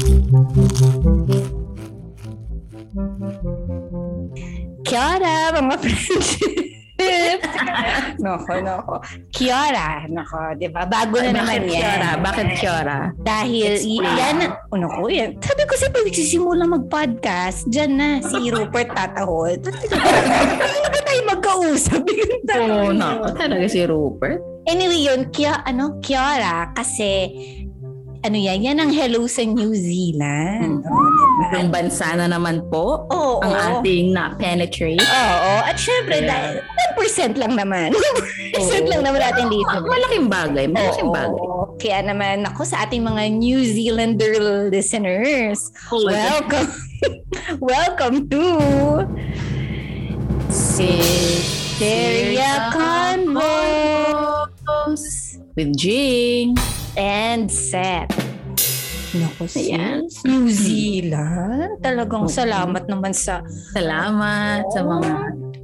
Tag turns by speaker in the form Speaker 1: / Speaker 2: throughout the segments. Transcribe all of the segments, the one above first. Speaker 1: mga friendship. nako, nako. Kiora, nako, di ba? Bago na naman yan.
Speaker 2: Kiora? Bakit Kiora?
Speaker 1: Dahil
Speaker 2: It's
Speaker 1: y-
Speaker 2: clear.
Speaker 1: yan, ano ko yan. Sabi ko sa pagsisimula mag-podcast, dyan na si Rupert tatahol. Paano ba tayo magkausap? Yung tanong
Speaker 2: Oo, oh,
Speaker 1: yun.
Speaker 2: nako. Talaga si Rupert.
Speaker 1: Anyway, yun, Kia, ano, Kiara, kasi ano yan, yan ang hello sa New
Speaker 2: Mm,
Speaker 1: Zealand. Oo, diba?
Speaker 2: Ang bansa na naman po.
Speaker 1: Oo.
Speaker 2: Ang ating na-penetrate.
Speaker 1: Oo. At syempre,
Speaker 2: Ayan.
Speaker 1: dahil 1% lang naman. 1% lang naman natin dito.
Speaker 2: Ma- Malaking bagay. Malaking Ano bagay.
Speaker 1: Oo. Kaya naman ako sa ating mga New Zealander listeners,
Speaker 2: Oh
Speaker 1: welcome. welcome to Syria Convos
Speaker 2: With Jing.
Speaker 1: and Seth. Naku,
Speaker 2: Ayan.
Speaker 1: sis. New Zealand? Talagang
Speaker 2: Oo.
Speaker 1: salamat naman sa
Speaker 2: Salamat sa mga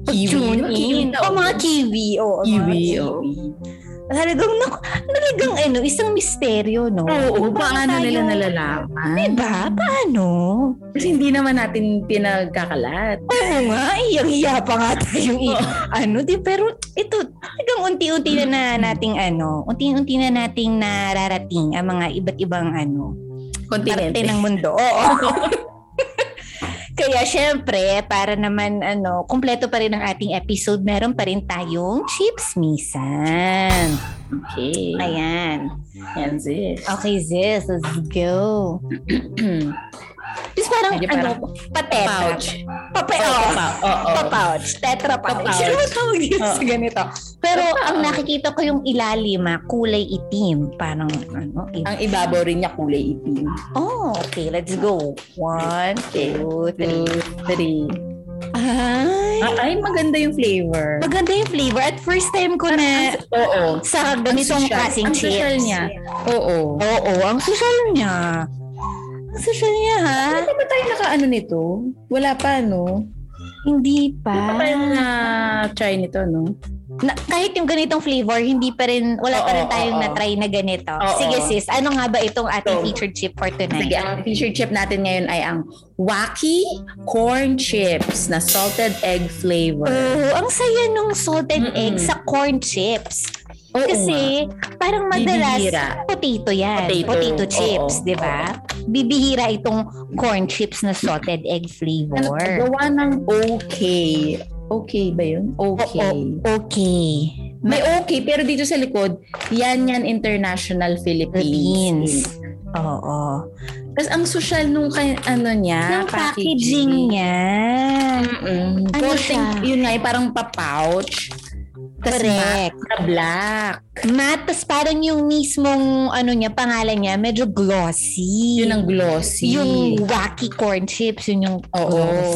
Speaker 1: tune in. O mga kiwi. O,
Speaker 2: Kiwi, oh.
Speaker 1: mga
Speaker 2: oo.
Speaker 1: Talagang, naku, talagang ano, isang misteryo, no?
Speaker 2: Oo, paano
Speaker 1: tayo-
Speaker 2: nila nalalaman?
Speaker 1: Diba? Paano?
Speaker 2: Kasi hindi naman natin pinagkakalat.
Speaker 1: Oo nga, iyang-iya pa nga tayong i- ano, di, pero ito, talagang unti-unti na, na nating ano, unti-unti na nating nararating ang mga iba't ibang ano, parte
Speaker 2: Kontinente.
Speaker 1: ng mundo. Oo. Kaya syempre, para naman ano, kumpleto pa rin ang ating episode, meron pa rin tayong chips misan.
Speaker 2: Okay.
Speaker 1: Ayan.
Speaker 2: Ayan, sis.
Speaker 1: Okay, sis, let's go. Just parang,
Speaker 2: Medyo
Speaker 1: ano,
Speaker 2: parang
Speaker 1: patetra.
Speaker 2: Pouch.
Speaker 1: Pape-
Speaker 2: Oo,
Speaker 1: oh.
Speaker 2: pa- oo.
Speaker 1: Pa-pouch. Tetra pouch.
Speaker 2: Pa-pouch.
Speaker 1: Sino ba tawag yun sa
Speaker 2: Oo.
Speaker 1: ganito? Pero
Speaker 2: Pa-pouch.
Speaker 1: ang nakikita ko yung ilalim, ah, kulay itim. Parang ano, iba.
Speaker 2: Ang ibabaw rin niya kulay itim.
Speaker 1: Oh, okay. Let's go. One, two, three.
Speaker 2: three.
Speaker 1: Ay,
Speaker 2: Ah, ay, maganda yung flavor.
Speaker 1: maganda yung flavor. At first time ko na
Speaker 2: Oo.
Speaker 1: sa ganitong
Speaker 2: social.
Speaker 1: klaseng
Speaker 2: Ang
Speaker 1: chips.
Speaker 2: social niya. Oo.
Speaker 1: Oo, ang social niya. Ang social niya, ha?
Speaker 2: Ano ba tayo nakaano nito? Wala pa, no?
Speaker 1: Hindi pa.
Speaker 2: Wala pa tayo na-try nito, no?
Speaker 1: Na, kahit yung ganitong flavor, hindi pa rin, wala pa
Speaker 2: Oo,
Speaker 1: rin tayong
Speaker 2: oo.
Speaker 1: na-try na ganito.
Speaker 2: Oo.
Speaker 1: Sige sis, ano nga ba itong ating
Speaker 2: So,
Speaker 1: featured chip for tonight?
Speaker 2: Sige, ang feature chip natin ngayon ay ang Wacky Corn Chips na salted egg flavor.
Speaker 1: Oh, ang saya nung salted
Speaker 2: Mm-mm.
Speaker 1: egg sa corn chips.
Speaker 2: Oo
Speaker 1: Kasi parang
Speaker 2: nga.
Speaker 1: madalas
Speaker 2: Bibihira.
Speaker 1: potato yan.
Speaker 2: Potato.
Speaker 1: Potato, chips,
Speaker 2: Oo.
Speaker 1: di ba? Bibihira itong corn chips na salted egg
Speaker 2: Ano,
Speaker 1: flavor.
Speaker 2: gawa ng okay. Okay ba yun? Okay.
Speaker 1: Okay.
Speaker 2: May okay, pero dito sa likod, yan yan International Philippines.
Speaker 1: Philippines. Oo.
Speaker 2: Tapos ang social nung kay, ano niya,
Speaker 1: Yung packaging niya.
Speaker 2: Mm-mm.
Speaker 1: Ano siya?
Speaker 2: Konting- Yun nga, yung parang pa-pouch. Tapos
Speaker 1: Correct.
Speaker 2: matte na black.
Speaker 1: Matte, tas parang yung mismong ano niya, pangalan niya, medyo glossy.
Speaker 2: Yun ang glossy.
Speaker 1: Yung wacky corn chips, yun yung
Speaker 2: Oo.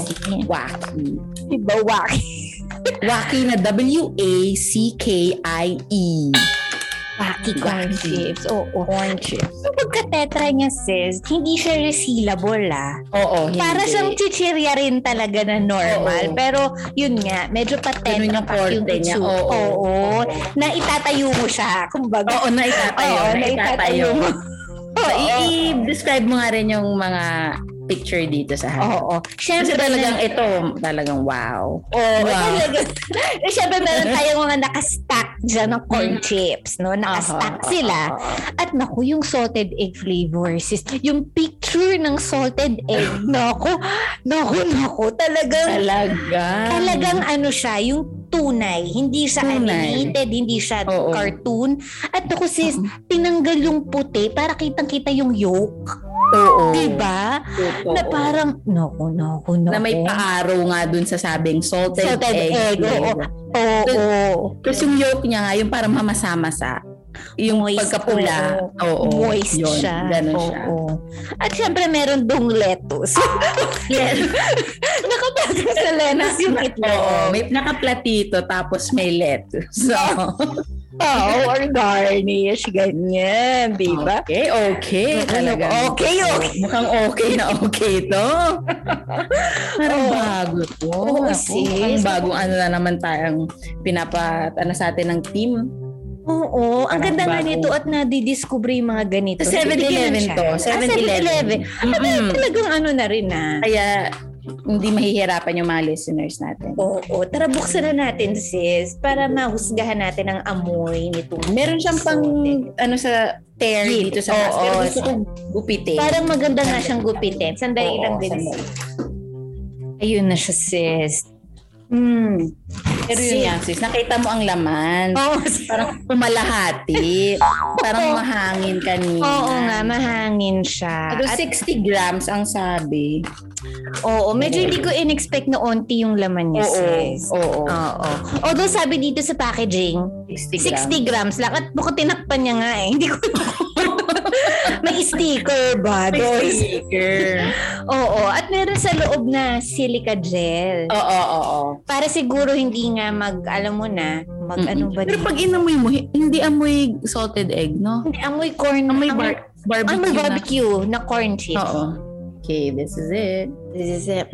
Speaker 1: glossy.
Speaker 2: wacky.
Speaker 1: Diba wacky?
Speaker 2: Wacky na W-A-C-K-I-E.
Speaker 1: Wacky corn
Speaker 2: E. Wacky.
Speaker 1: chips. Oo.
Speaker 2: Corn chips.
Speaker 1: Yung pagka-tetra niya sis, hindi siya resealable ah.
Speaker 2: Oo, Oh, hindi.
Speaker 1: Para siyang chichirya rin talaga na normal.
Speaker 2: Oo.
Speaker 1: Pero yun nga, medyo
Speaker 2: Ganun
Speaker 1: pa-tetra
Speaker 2: yung
Speaker 1: pack yung
Speaker 2: korte niya.
Speaker 1: itsura.
Speaker 2: Oo.
Speaker 1: Oo. Na itatayo mo siya. Kumbaga.
Speaker 2: Oo, naitatayo.
Speaker 1: Oo,
Speaker 2: naitatayo.
Speaker 1: mo.
Speaker 2: So,
Speaker 1: Oo.
Speaker 2: i- i-describe mo nga rin yung mga picture dito sa harap.
Speaker 1: Oo.
Speaker 2: Kasi
Speaker 1: Siyempre
Speaker 2: talagang ito, talagang wow.
Speaker 1: Oo,
Speaker 2: Wow.
Speaker 1: talaga. Eh, Siyempre, meron tayong mga nakastack dyan ng corn chips, no? Nakastack
Speaker 2: Mm. Aha,
Speaker 1: sila.
Speaker 2: oo, oo.
Speaker 1: At naku, yung salted egg flavor, sis. Yung picture ng salted egg, naku, naku, naku, talagang,
Speaker 2: Talaga.
Speaker 1: talagang ano siya, yung tunay. Hindi siya
Speaker 2: Tunay.
Speaker 1: animated, hindi siya
Speaker 2: Oo.
Speaker 1: cartoon. At naku, sis, tinanggal yung puti para kitang-kita yung yolk.
Speaker 2: Oo.
Speaker 1: Diba?
Speaker 2: Totoo.
Speaker 1: Na parang, naku, naku, naku.
Speaker 2: na may paaraw nga dun sa sabing salted,
Speaker 1: Salted
Speaker 2: egg.
Speaker 1: egg, oo.
Speaker 2: flavor.
Speaker 1: Oo.
Speaker 2: Tapos yung yolk niya nga, yung parang mamasa-masa. Yung
Speaker 1: Moist,
Speaker 2: pagkapula. Oo.
Speaker 1: moist
Speaker 2: yun,
Speaker 1: siya.
Speaker 2: Ganun
Speaker 1: Oo.
Speaker 2: siya.
Speaker 1: At syempre, meron dong lettuce.
Speaker 2: Yes.
Speaker 1: Nakapagod sa lettuce yung
Speaker 2: Oo.
Speaker 1: itlog.
Speaker 2: May nakaplatito tapos may lettuce.
Speaker 1: Oo,
Speaker 2: So,
Speaker 1: Oh, or garnish, ganyan, di ba?
Speaker 2: Okay, Diba? okay.
Speaker 1: Ano, okay, okay.
Speaker 2: Mukhang okay na okay to. Parang
Speaker 1: Oo.
Speaker 2: bago to.
Speaker 1: Oo,
Speaker 2: Ako,
Speaker 1: sis.
Speaker 2: Mukhang bagong ano na naman tayong pinapa, ano sa atin ng team.
Speaker 1: Oo, ang
Speaker 2: Parang
Speaker 1: ganda nga
Speaker 2: bago.
Speaker 1: nito at nadidiscover yung mga ganito.
Speaker 2: 7-Eleven
Speaker 1: Titignan siya.
Speaker 2: to.
Speaker 1: Ah,
Speaker 2: 7-Eleven.
Speaker 1: 7-Eleven. Ah,
Speaker 2: Mm-mm.
Speaker 1: talagang ano na rin ah.
Speaker 2: Kaya, hindi mahihirapan yung mga listeners natin.
Speaker 1: Oo, tara buksan na natin sis para mahusgahan natin ang amoy nitong
Speaker 2: Meron siyang pang ano sa tear
Speaker 1: Gilid.
Speaker 2: dito sa
Speaker 1: Oo,
Speaker 2: mask. Pero
Speaker 1: oo.
Speaker 2: gusto kong gupitin.
Speaker 1: Parang maganda nga siyang gupitin. Sandali
Speaker 2: Oo,
Speaker 1: lang din.
Speaker 2: sandali.
Speaker 1: Ayun na siya, sis. Hmm.
Speaker 2: Pero
Speaker 1: Sis.
Speaker 2: yun nga sis, nakita mo ang laman.
Speaker 1: Oo,
Speaker 2: Parang pumalahati. parang mahangin kanina.
Speaker 1: oo nga, mahangin siya.
Speaker 2: Pero 60 grams ang sabi.
Speaker 1: Oo, medyo hindi ko in-expect na onti yung laman niya, sis.
Speaker 2: Oo.
Speaker 1: Oo. Although sabi dito sa packaging, 60 grams lang. At bukod tinakpan niya nga eh. Hindi ko May sticker ba, guys? Oo. At meron sa loob na silica gel.
Speaker 2: Oo, oo, oo.
Speaker 1: Para siguro hindi nga mag, alam mo na, mag ano ba
Speaker 2: Pero
Speaker 1: dito?
Speaker 2: pag inamoy mo, hindi amoy salted egg, no?
Speaker 1: Hindi, amoy corn.
Speaker 2: Amoy bar- barbecue.
Speaker 1: amoy
Speaker 2: na.
Speaker 1: barbecue na, corn chips.
Speaker 2: Oo. Okay, this is it.
Speaker 1: This is it.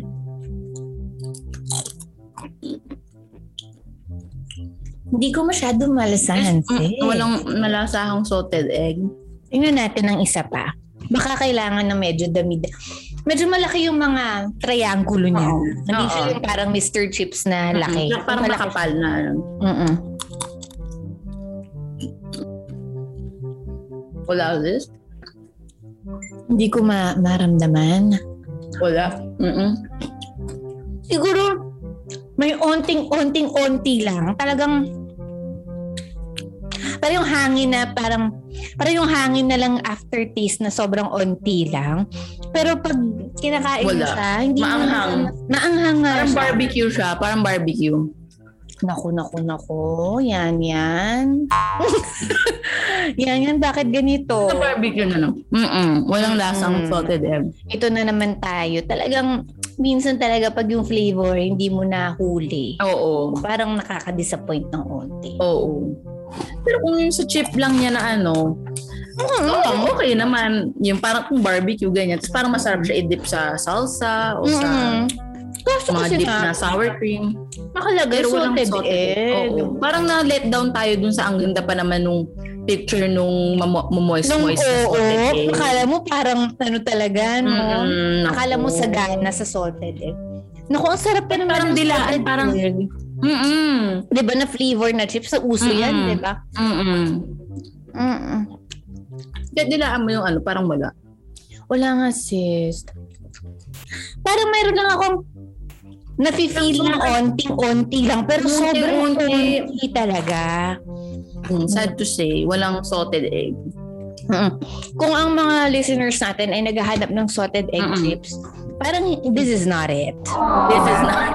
Speaker 1: Hindi ko masyado malasahan, sis.
Speaker 2: Mm, walang malasa akong salted egg.
Speaker 1: Tingnan natin ang isa pa. Baka kailangan na medyo damid. Medyo malaki yung mga triangulo niya.
Speaker 2: Oo.
Speaker 1: Hindi siya
Speaker 2: Oo.
Speaker 1: yung parang Mr. Chips na laki.
Speaker 2: Mm, Parang
Speaker 1: malaki.
Speaker 2: makapal na. ano.
Speaker 1: Mm-mm.
Speaker 2: Wala this?
Speaker 1: Hindi ko ma- maramdaman.
Speaker 2: Wala. Mm-mm.
Speaker 1: Siguro, may onting-onting-onti lang. Talagang, parang yung hangin na parang, parang yung hangin na lang aftertaste na sobrang onti lang. Pero pag kinakain mo
Speaker 2: Wala.
Speaker 1: siya, hindi mo
Speaker 2: Maanghang.
Speaker 1: na- Maanghang nga
Speaker 2: Parang
Speaker 1: siya.
Speaker 2: barbecue siya. Parang barbecue.
Speaker 1: Naku, naku, naku. Yan, yan. yan, yan. Bakit ganito?
Speaker 2: Sa barbecue na, no? Mm-mm. Walang
Speaker 1: Mm.
Speaker 2: lasang salted egg.
Speaker 1: Ito na naman tayo. Talagang, minsan talaga pag yung flavor, hindi mo nahuli.
Speaker 2: Oo.
Speaker 1: Parang nakaka-disappoint ng onti.
Speaker 2: Oo. Pero kung yung sa chip lang niya na ano, oo, okay naman. Yung parang kung barbecue, ganyan. Tapos parang masarap siya i-dip sa salsa o sa
Speaker 1: Kaso
Speaker 2: mga
Speaker 1: kasi
Speaker 2: dip
Speaker 1: na,
Speaker 2: na sour cream.
Speaker 1: nakalagay
Speaker 2: Pero walang
Speaker 1: salted
Speaker 2: salted egg.
Speaker 1: egg.
Speaker 2: Oo. Parang na-let down tayo dun sa ang ganda pa naman nung picture nung
Speaker 1: Nung
Speaker 2: mamoist-moist na
Speaker 1: oo,
Speaker 2: salted egg.
Speaker 1: akala mo parang ano talaga, no?
Speaker 2: Mm-mm, Mm-hmm. naku.
Speaker 1: Akala mo sagana sa salted egg. Naku, ang sarap pa naman.
Speaker 2: Parang
Speaker 1: ng
Speaker 2: dilaan,
Speaker 1: salted
Speaker 2: parang-
Speaker 1: egg.
Speaker 2: Mm-mm.
Speaker 1: Di ba na flavor na chips? Sa uso yan,
Speaker 2: Mm-mm.
Speaker 1: di ba?
Speaker 2: Mm-mm.
Speaker 1: Mm-mm.
Speaker 2: Kaya dilaan mo yung ano, parang wala.
Speaker 1: Wala nga, sis. Parang mayroon lang akong nafe-feel ng onting-onti lang. Pero
Speaker 2: Unti-unti.
Speaker 1: sobrang onti talaga.
Speaker 2: Mm, Sad to say, walang salted egg.
Speaker 1: Mm-mm. Kung ang mga listeners natin ay naghahanap ng salted egg
Speaker 2: Mm-mm.
Speaker 1: chips, parang this is not it.
Speaker 2: This is not...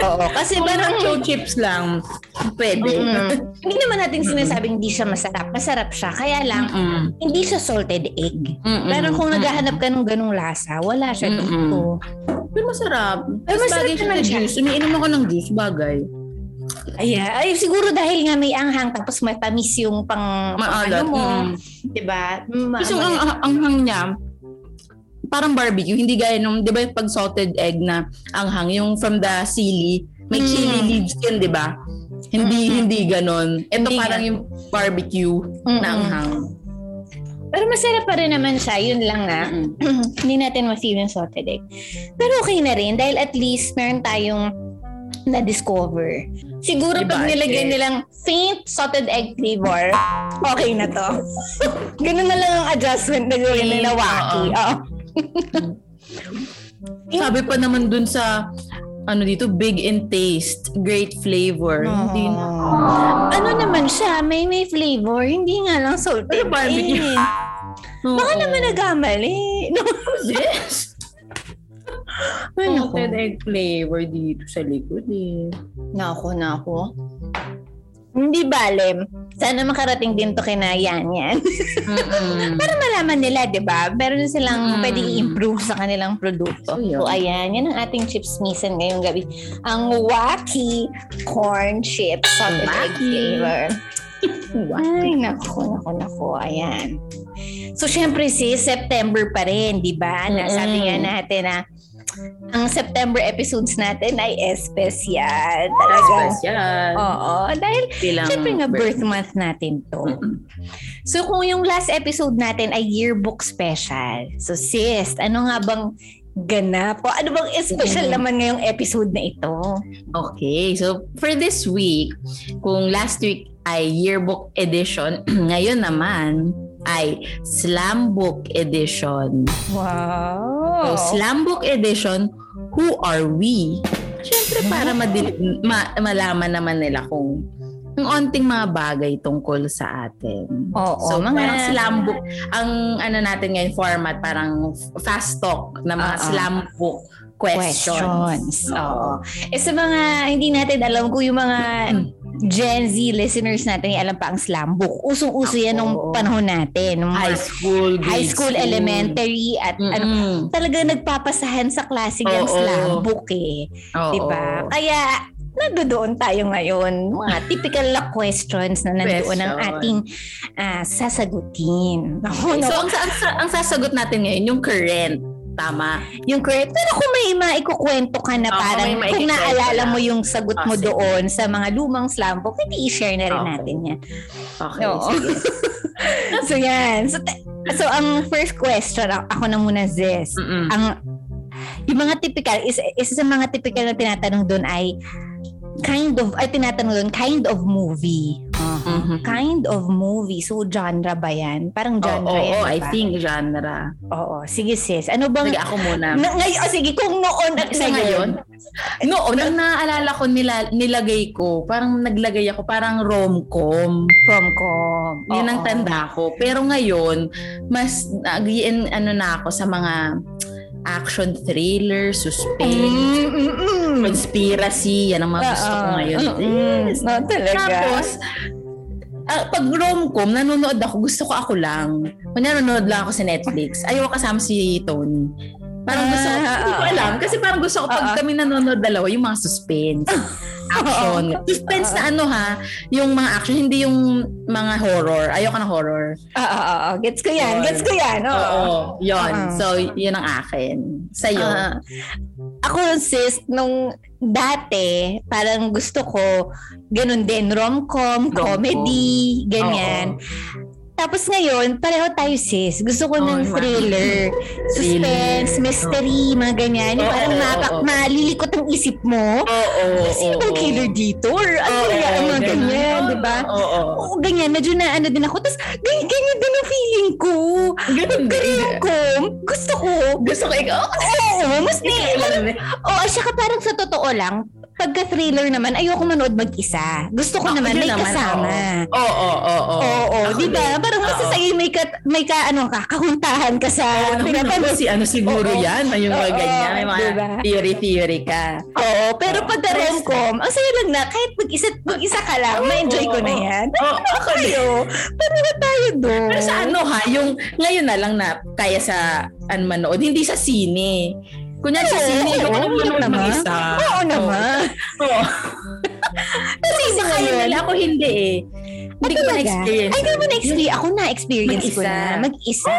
Speaker 1: Oo, kasi
Speaker 2: Kung
Speaker 1: parang...
Speaker 2: parang show chips lang, pwede.
Speaker 1: Mm-mm. Hindi naman natin sinasabing hindi siya masarap. Masarap siya. Kaya lang,
Speaker 2: Mm-mm.
Speaker 1: hindi siya salted egg.
Speaker 2: Mm-mm.
Speaker 1: Parang kung
Speaker 2: Mm-mm.
Speaker 1: naghahanap ka ng ganong lasa, wala siya
Speaker 2: Mm-mm.
Speaker 1: dito.
Speaker 2: Pero masarap.
Speaker 1: Pero
Speaker 2: Mas
Speaker 1: masarap
Speaker 2: bagay siya
Speaker 1: naman
Speaker 2: na
Speaker 1: siya.
Speaker 2: juice. Umiinom ako ng juice, bagay.
Speaker 1: Ayan. Ay, siguro dahil nga may anghang tapos matamis yung pang, pang ano
Speaker 2: Maalat.
Speaker 1: mo.
Speaker 2: Mm.
Speaker 1: Diba? Ma-
Speaker 2: Tapos yung ang, ang, anghang niya, parang barbecue, hindi gaya nung, di ba yung pag salted egg na anghang, yung from the sili, may
Speaker 1: Mm.
Speaker 2: chili leaves yun, di ba? Hindi,
Speaker 1: Mm-mm.
Speaker 2: hindi ganon. Ito
Speaker 1: Hindi
Speaker 2: parang
Speaker 1: ganon.
Speaker 2: yung barbecue na
Speaker 1: Mm-mm.
Speaker 2: anghang.
Speaker 1: Pero masarap pa rin naman siya. Yun lang ah. nga.
Speaker 2: Mm-mm.
Speaker 1: hindi natin ma-feel yung salted egg. Pero okay na rin dahil at least meron tayong na-discover. Siguro
Speaker 2: Diba,
Speaker 1: pag nilagyan
Speaker 2: eh?
Speaker 1: nilang faint salted egg flavor, okay na to. Ganun na lang ang adjustment na gawin
Speaker 2: Faint,
Speaker 1: nila Waki. Ah. Oo.
Speaker 2: Sabi pa naman dun sa ano dito, big in taste, great flavor. Hindi na.
Speaker 1: Ano naman siya, may may flavor, hindi nga lang salted
Speaker 2: Pero barbecue.
Speaker 1: egg.
Speaker 2: Oo.
Speaker 1: Baka naman nagkamali. No.
Speaker 2: Yes! Salted egg flavor dito sa likod eh.
Speaker 1: Nako, nako. Hindi bale. Sana makarating din to kina Yan Yan.
Speaker 2: Mm-mm.
Speaker 1: Malaman nila, di ba? Meron silang
Speaker 2: Mm.
Speaker 1: pwedeng i-improve sa kanilang produkto.
Speaker 2: So, yun.
Speaker 1: So, ayan. Yan ang ating chips misan ngayong gabi. Ang wacky corn chips. Salted egg
Speaker 2: Wacky.
Speaker 1: flavor.
Speaker 2: Wow.
Speaker 1: Ay, nako, nako, nako. Ayan. So, syempre sis, September pa rin, di ba? Na, sabi
Speaker 2: Mm-mm.
Speaker 1: nga natin na ang September episodes natin ay espesyal. Talaga.
Speaker 2: Special.
Speaker 1: Oo. Dahil
Speaker 2: Bilang
Speaker 1: Siyempre nga,
Speaker 2: Oh. birth.
Speaker 1: birth month natin to. So kung yung last episode natin ay yearbook special. So sis, ano nga bang ganap. O ano bang special
Speaker 2: Mm.
Speaker 1: naman ngayong episode na ito?
Speaker 2: Okay, so for this week, kung last week ay yearbook edition, ngayon naman ay slam book edition.
Speaker 1: Wow.
Speaker 2: So, slam book edition, who are we? Siyempre,
Speaker 1: Mm-hmm.
Speaker 2: para madil- ma- malaman naman nila kung ang onting mga bagay tungkol sa atin.
Speaker 1: Oo,
Speaker 2: so,
Speaker 1: mga-
Speaker 2: parang slam book. Ang ano natin ngayon format, parang fast talk na mga
Speaker 1: Oo.
Speaker 2: slam book questions.
Speaker 1: questions. Oo. Eh sa mga, hindi natin alam kung yung mga Gen Z listeners natin, alam pa ang slam book. Usong-uso yan nung
Speaker 2: Oo.
Speaker 1: panahon natin. Nung
Speaker 2: High
Speaker 1: high,
Speaker 2: school, grade
Speaker 1: school, elementary, at ano,
Speaker 2: Mm-mm.
Speaker 1: talaga nagpapasahan sa klase yung
Speaker 2: Oo.
Speaker 1: slam book eh.
Speaker 2: Oo.
Speaker 1: Diba? Kaya, nandoon tayo ngayon. Mga typical na questions na nandoon ang
Speaker 2: Question.
Speaker 1: ating ah, sasagutin. Ako,
Speaker 2: Mm-hmm. So,
Speaker 1: no?
Speaker 2: ang, sa- ang, sa- ang sasagot natin ngayon, yung current. Tama.
Speaker 1: yung correct. Pero kung may maikukwento ka na
Speaker 2: Oo,
Speaker 1: parang,
Speaker 2: may
Speaker 1: kung
Speaker 2: maikukwento
Speaker 1: naalala
Speaker 2: lang.
Speaker 1: mo yung sagot
Speaker 2: Ah,
Speaker 1: mo
Speaker 2: sige.
Speaker 1: doon sa mga lumang slam book, hindi i-share na rin
Speaker 2: Okay.
Speaker 1: natin yan.
Speaker 2: Okay.
Speaker 1: Oo.
Speaker 2: sige.
Speaker 1: so, yan. So, te- so, ang first question, a- ako na muna, Zes.
Speaker 2: Mm-mm.
Speaker 1: Ang, yung mga typical, is, isa sa mga typical na tinatanong doon ay kind of, ay tinatanong doon, kind of movie. Uh-huh.
Speaker 2: Mhm.
Speaker 1: Kind of movie. So, genre ba yan? Parang genre
Speaker 2: Oo,
Speaker 1: yan,
Speaker 2: oo,
Speaker 1: di
Speaker 2: I
Speaker 1: ba?
Speaker 2: think genre.
Speaker 1: Oo, sige sis. Ano bang...
Speaker 2: Sige, ako muna.
Speaker 1: Na, ngayon, oh, sige, kung noon at
Speaker 2: Sa ngayon? Noon, ang naaalala ko, nila, nilagay ko, parang naglagay ako, parang rom-com.
Speaker 1: Rom-com.
Speaker 2: Yun ang
Speaker 1: Oo.
Speaker 2: tanda ko. Pero ngayon, mas nag ano na ako sa mga action thriller,
Speaker 1: Mm,
Speaker 2: suspense,
Speaker 1: mm, mm.
Speaker 2: conspiracy, yan ang mga gusto ko
Speaker 1: Oo.
Speaker 2: ngayon.
Speaker 1: Mm,
Speaker 2: Yes.
Speaker 1: no, talaga.
Speaker 2: Tapos, ah, pag rom-com, nanonood ako, gusto ko ako lang. Kung nanonood lang ako sa Netflix, ayaw ko kasama si Tony. Parang gusto ko,
Speaker 1: Ah,
Speaker 2: hindi ko
Speaker 1: ah,
Speaker 2: alam. Kasi parang gusto ko
Speaker 1: Ah, ah.
Speaker 2: pag kami nanonood dalawa, yung mga suspense. Action. Suspense
Speaker 1: Ah,
Speaker 2: na ano ha, yung mga action, hindi yung mga horror. Ayoko na horror.
Speaker 1: Oo, oo, oo. Gets ko yan.
Speaker 2: Yun.
Speaker 1: Gets ko yan. Oo.
Speaker 2: Yun.
Speaker 1: Ah, ah.
Speaker 2: So, yun ang akin. Sa'yo.
Speaker 1: Ah. ako sis, nung dati, parang gusto ko, ganun din, rom-com,
Speaker 2: Rom-com.
Speaker 1: comedy, ganyan. Tapos ngayon, pareho tayo sis. Gusto ko
Speaker 2: Oo,
Speaker 1: ng
Speaker 2: yung mga-
Speaker 1: thriller, suspense,
Speaker 2: Thriller.
Speaker 1: mystery, mga ganyan. Yung
Speaker 2: Oo,
Speaker 1: parang
Speaker 2: oo,
Speaker 1: mapak,
Speaker 2: oo.
Speaker 1: malilikot ang isip mo.
Speaker 2: Oo. Oh, oh,
Speaker 1: Sino bang killer dito? Or ano kaya ang mga ganyan, di ba?
Speaker 2: Oo.
Speaker 1: Oo, ganyan. Medyo na ano din ako. Tapos, ganyan, ganyan din ang feeling ko.
Speaker 2: Ganun din.
Speaker 1: Rom-com, gusto ko.
Speaker 2: Gusto ko ikaw. oh,
Speaker 1: Oo, mas na,
Speaker 2: Alam
Speaker 1: Oo, at Oh, saka parang sa totoo lang, pagka thriller naman, ayoko manood mag-isa. Gusto ko
Speaker 2: Ako
Speaker 1: naman may
Speaker 2: din Ah, naman,
Speaker 1: kasama.
Speaker 2: Oo, oo, oo.
Speaker 1: Oo, oh,
Speaker 2: Ako
Speaker 1: di ba?
Speaker 2: din.
Speaker 1: Parang
Speaker 2: Oo.
Speaker 1: masasaya may ka, may ka, ano ka, kahuntahan ka sa
Speaker 2: Ano ba
Speaker 1: pinapanood.
Speaker 2: naman si ano siguro
Speaker 1: Oo.
Speaker 2: yan? May mga
Speaker 1: Oo,
Speaker 2: ganyan. May mga
Speaker 1: diba?
Speaker 2: theory-theory ka.
Speaker 1: Oo, pero pag
Speaker 2: Oo.
Speaker 1: rom-com, ang saya lang na, kahit mag-isa, mag-isa ka lang, ma-enjoy ko na yan.
Speaker 2: Oo, ako din.
Speaker 1: Tayo, pareho tayo doon.
Speaker 2: Pero sa ano ha, yung ngayon na lang na kaya sa ano manood, hindi sa sine. Kunyari sa
Speaker 1: Oo,
Speaker 2: sine,
Speaker 1: Eh, oo,
Speaker 2: yung ano
Speaker 1: oo,
Speaker 2: manood
Speaker 1: naman.
Speaker 2: mag-isa.
Speaker 1: Oo naman.
Speaker 2: Oo. Kasi
Speaker 1: Kasi
Speaker 2: isa kayo
Speaker 1: ngayon- ah.
Speaker 2: nila, ako hindi eh. Hindi ko
Speaker 1: Ano Talaga?
Speaker 2: na-experience.
Speaker 1: Ay, hindi mo na-experience. Ako na-experience ko
Speaker 2: Mag-isa.
Speaker 1: na. Mag-isa.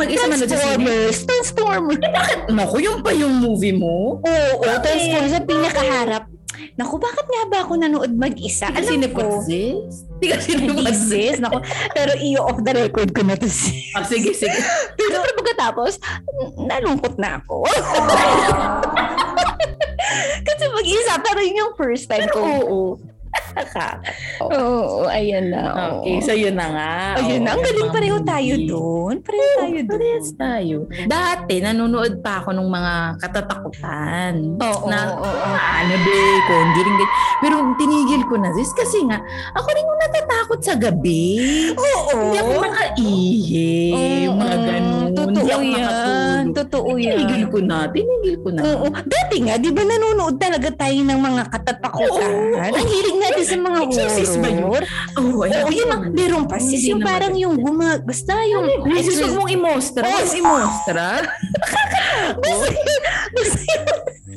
Speaker 2: Mag-isa manood sa sine.
Speaker 1: Transformers. Transformers.
Speaker 2: Bakit? Naku, yung pa yung movie mo?
Speaker 1: Oo,
Speaker 2: Bakit?
Speaker 1: Transformers. Sa pinakaharap. Naku, bakit nga ba ako nanood mag-isa?
Speaker 2: Hindi ka
Speaker 1: Alam ko.
Speaker 2: sine-possessed? Hindi ka
Speaker 1: Hindi
Speaker 2: sine-possessed?
Speaker 1: sis. Naku, pero iyo off the record ko na to sis.
Speaker 2: Ah, sige, sige.
Speaker 1: Pero pagkatapos, nalungkot na ako. Kasi mag-isa, pero yun yung first time
Speaker 2: Oo.
Speaker 1: ko.
Speaker 2: Nakaka-
Speaker 1: Oo, ayan na. oo.
Speaker 2: Ah, Okay, so Oh, yun na nga.
Speaker 1: Ayun na, ang
Speaker 2: Oo,
Speaker 1: galing
Speaker 2: mga
Speaker 1: pareho tayo
Speaker 2: movie.
Speaker 1: doon. Pareho tayo doon.
Speaker 2: Parehas tayo. Dati, nanonood pa ako ng mga katatakutan.
Speaker 1: Oo,
Speaker 2: na,
Speaker 1: oo, oo.
Speaker 2: mga ano day, conjuring day. Pero tinigil ko na sis kasi nga, ako rin yung natatakot sa gabi.
Speaker 1: Oo.
Speaker 2: Hindi ako makaihi.
Speaker 1: Eh,
Speaker 2: mga
Speaker 1: Mm-mm.
Speaker 2: ganun. Hindi
Speaker 1: Totoo
Speaker 2: ako
Speaker 1: yan.
Speaker 2: makatulog.
Speaker 1: Totoo
Speaker 2: Tinigil
Speaker 1: yan.
Speaker 2: ko na, tinigil ko na.
Speaker 1: Oo. Dati nga, di ba nanonood talaga tayo ng mga katatakutan?
Speaker 2: Oo.
Speaker 1: Ang hilig natin sa mga
Speaker 2: Exorcist ba yun?
Speaker 1: horror.
Speaker 2: Oo, ayun.
Speaker 1: Oo, yung mga, meron pa sis,
Speaker 2: ano. Hindi
Speaker 1: yung
Speaker 2: naman
Speaker 1: parang yung guma, basta yung,
Speaker 2: Ay, sis, huwag mong imostra. Huwag mong imostra.
Speaker 1: basta, basta yung-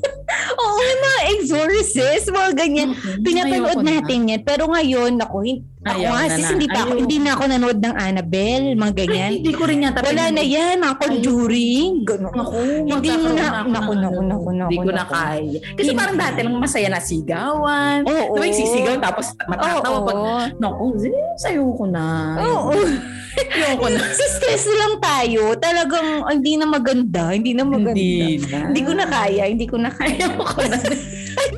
Speaker 1: Oo, yung mga exorcist, mga ganyan.
Speaker 2: Mm-mm.
Speaker 1: Pinapanood
Speaker 2: Hmm, Ayoko na.
Speaker 1: natin yan. Pero ngayon, ako, hin- Ako nga, sis, hindi pa ako, hindi na ako nanood ng Annabelle, mga ganyan.
Speaker 2: Hindi ko rin yata.
Speaker 1: Wala na
Speaker 2: pinanood.
Speaker 1: yan, mga conjuring, gano'n.
Speaker 2: Naku,
Speaker 1: Hindi mo na, naku, naku, naku, naku.
Speaker 2: Hindi ko na
Speaker 1: naku.
Speaker 2: kaya. Kasi
Speaker 1: Hindi.
Speaker 2: parang dati lang masaya na sigawan.
Speaker 1: Oo.
Speaker 2: Diba yung sisigaw tapos matatawa
Speaker 1: Oo.
Speaker 2: pag, naku, sis, ayoko na.
Speaker 1: Oo.
Speaker 2: Ayoko na.
Speaker 1: Sa stress lang tayo. Talagang ah, hindi na maganda. Hindi na maganda. Hindi,
Speaker 2: na.
Speaker 1: ko na kaya. Hindi ko na kaya.
Speaker 2: Ayoko na.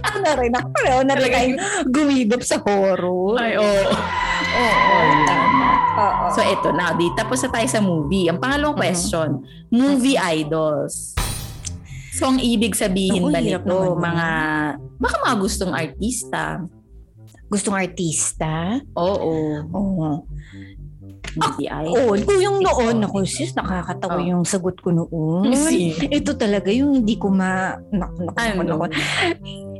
Speaker 1: Ako na rin. Ako pareho na rin
Speaker 2: Talaga
Speaker 1: tayong gumidop sa horror.
Speaker 2: Ay, oo.
Speaker 1: Oo. Tama. Oo.
Speaker 2: So, eto na. Di, tapos na tayo sa movie. Ang pangalawang
Speaker 1: Mhm.
Speaker 2: question, movie idols. So, ang ibig sabihin
Speaker 1: Naku,
Speaker 2: ba
Speaker 1: hirap
Speaker 2: nito,
Speaker 1: naman yun.
Speaker 2: mga, baka mga gustong artista.
Speaker 1: Gustong artista?
Speaker 2: Oo.
Speaker 1: Oo.
Speaker 2: Movie idols.
Speaker 1: Oo. Kung yung noon, ako sis, nakakatawa
Speaker 2: Oo.
Speaker 1: yung sagot ko noon.
Speaker 2: Kasi-
Speaker 1: Ito talaga yung hindi ko ma... Naku, naku, naku,
Speaker 2: Ano?
Speaker 1: naku.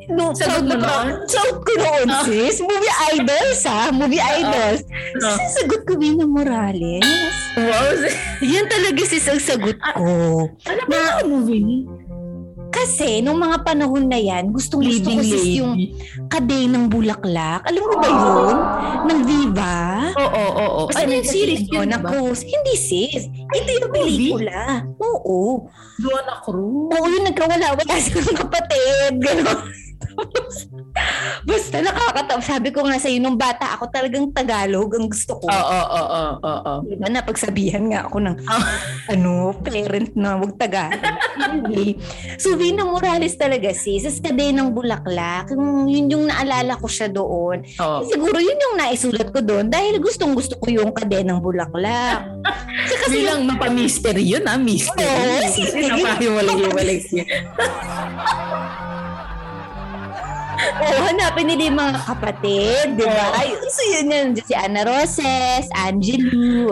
Speaker 1: No,
Speaker 2: Sagot
Speaker 1: proud
Speaker 2: mo
Speaker 1: na-
Speaker 2: noon?
Speaker 1: Sagot ko noon,
Speaker 2: Ah.
Speaker 1: sis. Movie idols, ha? Movie idols.
Speaker 2: Ah.
Speaker 1: Sasagot ko Bina Morales. Ah,
Speaker 2: Wow.
Speaker 1: Yan talaga sis ang sagot ko.
Speaker 2: Ano ba yung movie?
Speaker 1: Kasi, nung mga panahon na yan, gustong gusto ko sis yung kaday ng bulaklak. Alam mo ba yun? Ng Viva?
Speaker 2: Oo, oo, oo.
Speaker 1: Basta
Speaker 2: Ano
Speaker 1: yung series yun, diba? na
Speaker 2: ba?
Speaker 1: Cruz. Hindi sis. Ito yung pelikula. Oo.
Speaker 2: Donna Cruz.
Speaker 1: Oo, yung nagkawala-wala silang kapatid. Ganon. Basta nakakatawa. Sabi ko nga sa'yo, nung bata ako talagang Tagalog ang gusto ko.
Speaker 2: Oo, oo, oo, oo, oo.
Speaker 1: Diba, napagsabihan nga ako ng
Speaker 2: Ah.
Speaker 1: ano, parent na wag taga. Hindi. so, Vina Morales talaga sis. Sa kaday ng bulaklak, yung, yun yung naalala ko siya doon.
Speaker 2: Oo.
Speaker 1: Siguro yun yung naisulat ko doon dahil gustong gusto ko yung kaday ng bulaklak. Kasi kasi yung
Speaker 2: Bilang mapamistery yun ah, mystery.
Speaker 1: Oo, sige.
Speaker 2: Napahiwalig-hiwalig siya.
Speaker 1: oh, hanapin nila yung mga kapatid, di
Speaker 2: Oh.
Speaker 1: ba? Ay, So, yun yun. Si Ana Roses, Angelou,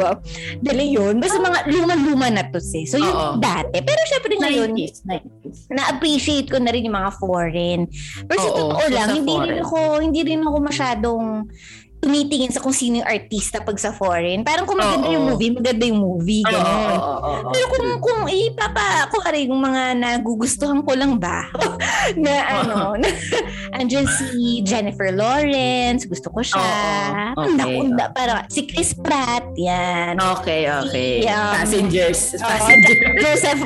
Speaker 1: dala yun. Basta mga luma-luma na to sis. So, yun
Speaker 2: Oo.
Speaker 1: dati. Pero syempre ngayon,
Speaker 2: 90s, 90s.
Speaker 1: na-appreciate ko na rin yung mga foreign. Pero sa
Speaker 2: Oo,
Speaker 1: totoo
Speaker 2: so
Speaker 1: lang,
Speaker 2: sa
Speaker 1: hindi rin
Speaker 2: foreign.
Speaker 1: ako, hindi rin ako masyadong tumitingin sa kung sino yung artista pag sa foreign. Parang kung maganda
Speaker 2: Oo.
Speaker 1: yung movie, maganda yung movie.
Speaker 2: Oo, oo,
Speaker 1: Ganun.
Speaker 2: oo, oo, oo.
Speaker 1: Pero kung, kung ipapa, kung rin yung mga nagugustuhan ko lang ba? na ano, na, andyan si Jennifer Lawrence, gusto ko siya.
Speaker 2: Oo,
Speaker 1: Ang
Speaker 2: okay.
Speaker 1: dakunda, parang si Chris Pratt, yan.
Speaker 2: Okay, okay.
Speaker 1: Yeah.
Speaker 2: Passengers.
Speaker 1: Oo,
Speaker 2: Passengers.
Speaker 1: Joseph,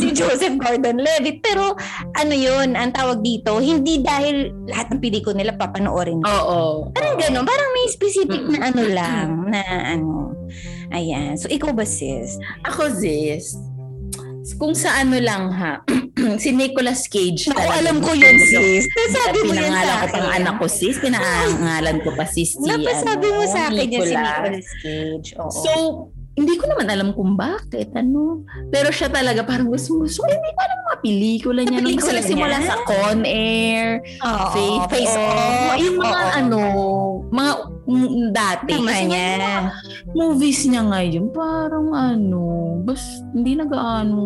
Speaker 1: si Joseph Gordon-Levitt. Pero ano yun, ang tawag dito, hindi dahil lahat ng pili ko nila papanoorin.
Speaker 2: Oo.
Speaker 1: Parang gano'n, parang may specific na ano
Speaker 2: Mm.
Speaker 1: lang, na ano. Ayan. So, ikaw ba sis?
Speaker 2: Ako, sis, kung sa ano lang ha, si Nicolas Cage.
Speaker 1: Naku,
Speaker 2: talaga.
Speaker 1: alam ko yun sis. Nasabi mo yan sa
Speaker 2: Pinangalan ko pang
Speaker 1: akin.
Speaker 2: anak ko, sis. Pinangalan ko pa, sis. si,
Speaker 1: Napasabi mo
Speaker 2: ano,
Speaker 1: sa akin yun si
Speaker 2: Nicolas.
Speaker 1: Nicolas Cage. Oo.
Speaker 2: So, hindi ko naman alam kung bakit, ano. Pero siya talaga parang gusto gusto ko. Hindi ko alam mga pelikula niya. Nung
Speaker 1: Pelikula
Speaker 2: sa simula
Speaker 1: niya?
Speaker 2: sa Con Air,
Speaker 1: Oo,
Speaker 2: Faith,
Speaker 1: Face Off.
Speaker 2: Yung mga
Speaker 1: Oo.
Speaker 2: ano, mga mm, dati.
Speaker 1: Naman
Speaker 2: Kasi nga,
Speaker 1: niya.
Speaker 2: yung mga movies niya ngayon, parang ano, bas, hindi na gaano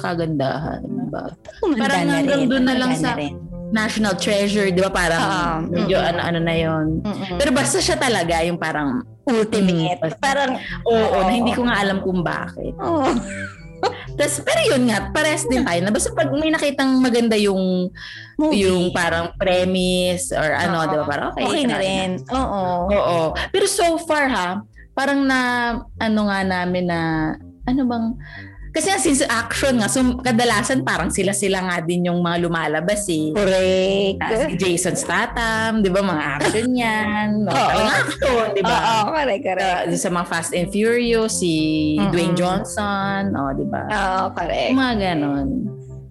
Speaker 2: kagandahan. Ba?
Speaker 1: Tumanda
Speaker 2: Parang
Speaker 1: na
Speaker 2: hanggang
Speaker 1: rin,
Speaker 2: doon na lang
Speaker 1: tumanda
Speaker 2: sa-
Speaker 1: rin.
Speaker 2: National Treasure, di ba? Parang
Speaker 1: Ah,
Speaker 2: medyo
Speaker 1: mm-mm.
Speaker 2: ano-ano na yon.
Speaker 1: Mm-mm.
Speaker 2: Pero basta siya talaga yung parang,
Speaker 1: ultimate.
Speaker 2: Mm.
Speaker 1: Parang,
Speaker 2: oo,
Speaker 1: Hmm, Oo.
Speaker 2: na hindi ko nga alam kung bakit.
Speaker 1: oh,
Speaker 2: Tapos, pero yun nga, pares din tayo na basta pag may nakitang maganda yung
Speaker 1: movie.
Speaker 2: yung parang premise or ano,
Speaker 1: Oo.
Speaker 2: di ba? Parang okay.
Speaker 1: Okay na
Speaker 2: try
Speaker 1: rin. Oo.
Speaker 2: Oo. Pero so far ha, parang na ano nga namin na ano bang kasi nga, since action nga, so kadalasan parang sila-sila nga din yung mga lumalabas eh.
Speaker 1: Correct.
Speaker 2: Ah, Si Jason Statham, di ba? Mga action yan. Mga
Speaker 1: Oo.
Speaker 2: talagang action, di ba?
Speaker 1: Oo, correct, correct.
Speaker 2: Ah, dun sa mga Fast and Furious, si
Speaker 1: Mm-mm.
Speaker 2: Dwayne Johnson, o, di ba?
Speaker 1: Oo, correct.
Speaker 2: Mga ganon.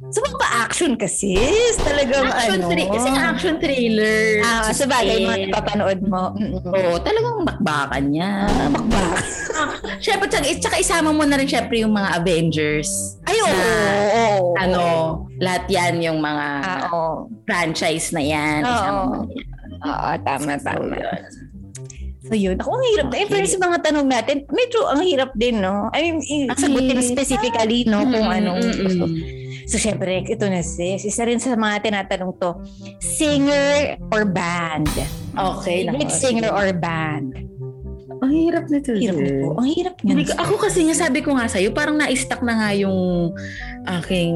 Speaker 1: So, magpa-action kasi. Talagang
Speaker 2: Action,
Speaker 1: ano.
Speaker 2: thri- kasi nga action thriller.
Speaker 1: Ah, sa bagay mga
Speaker 2: suspense.
Speaker 1: napapanood mo. Mm-mm.
Speaker 2: Oo, talagang bakbakan niya.
Speaker 1: Ah, bakbak.
Speaker 2: Siyempre, tsaka, tsaka isama mo na rin siyempre yung mga Avengers.
Speaker 1: Ay, oo.
Speaker 2: Na,
Speaker 1: oo, oo.
Speaker 2: Ano, lahat yan yung mga
Speaker 1: Ah, oo.
Speaker 2: franchise na yan.
Speaker 1: Oo.
Speaker 2: Isama mo na yan.
Speaker 1: Oo, tama, tama.
Speaker 2: So, yun.
Speaker 1: So, yun. Ako, ang hirap. Eh,
Speaker 2: Okay.
Speaker 1: pero sa mga tanong natin, medyo ang hirap din, no? I mean, i-
Speaker 2: Ang
Speaker 1: sagutin
Speaker 2: hirap.
Speaker 1: specifically, no? Kung
Speaker 2: Mm,
Speaker 1: anong
Speaker 2: mm,
Speaker 1: gusto
Speaker 2: mm.
Speaker 1: So, syempre, ito na sis. Isa rin sa mga tinatanong to, singer or band?
Speaker 2: Okay.
Speaker 1: Favorite
Speaker 2: nako.
Speaker 1: singer or band?
Speaker 2: Ang hirap nito.
Speaker 1: Hirap
Speaker 2: Zul.
Speaker 1: nito. Ang hirap niyan.
Speaker 2: Hindi ko- ah, ako kasi nga sabi ko nga sa'yo, parang na-stuck na nga yung aking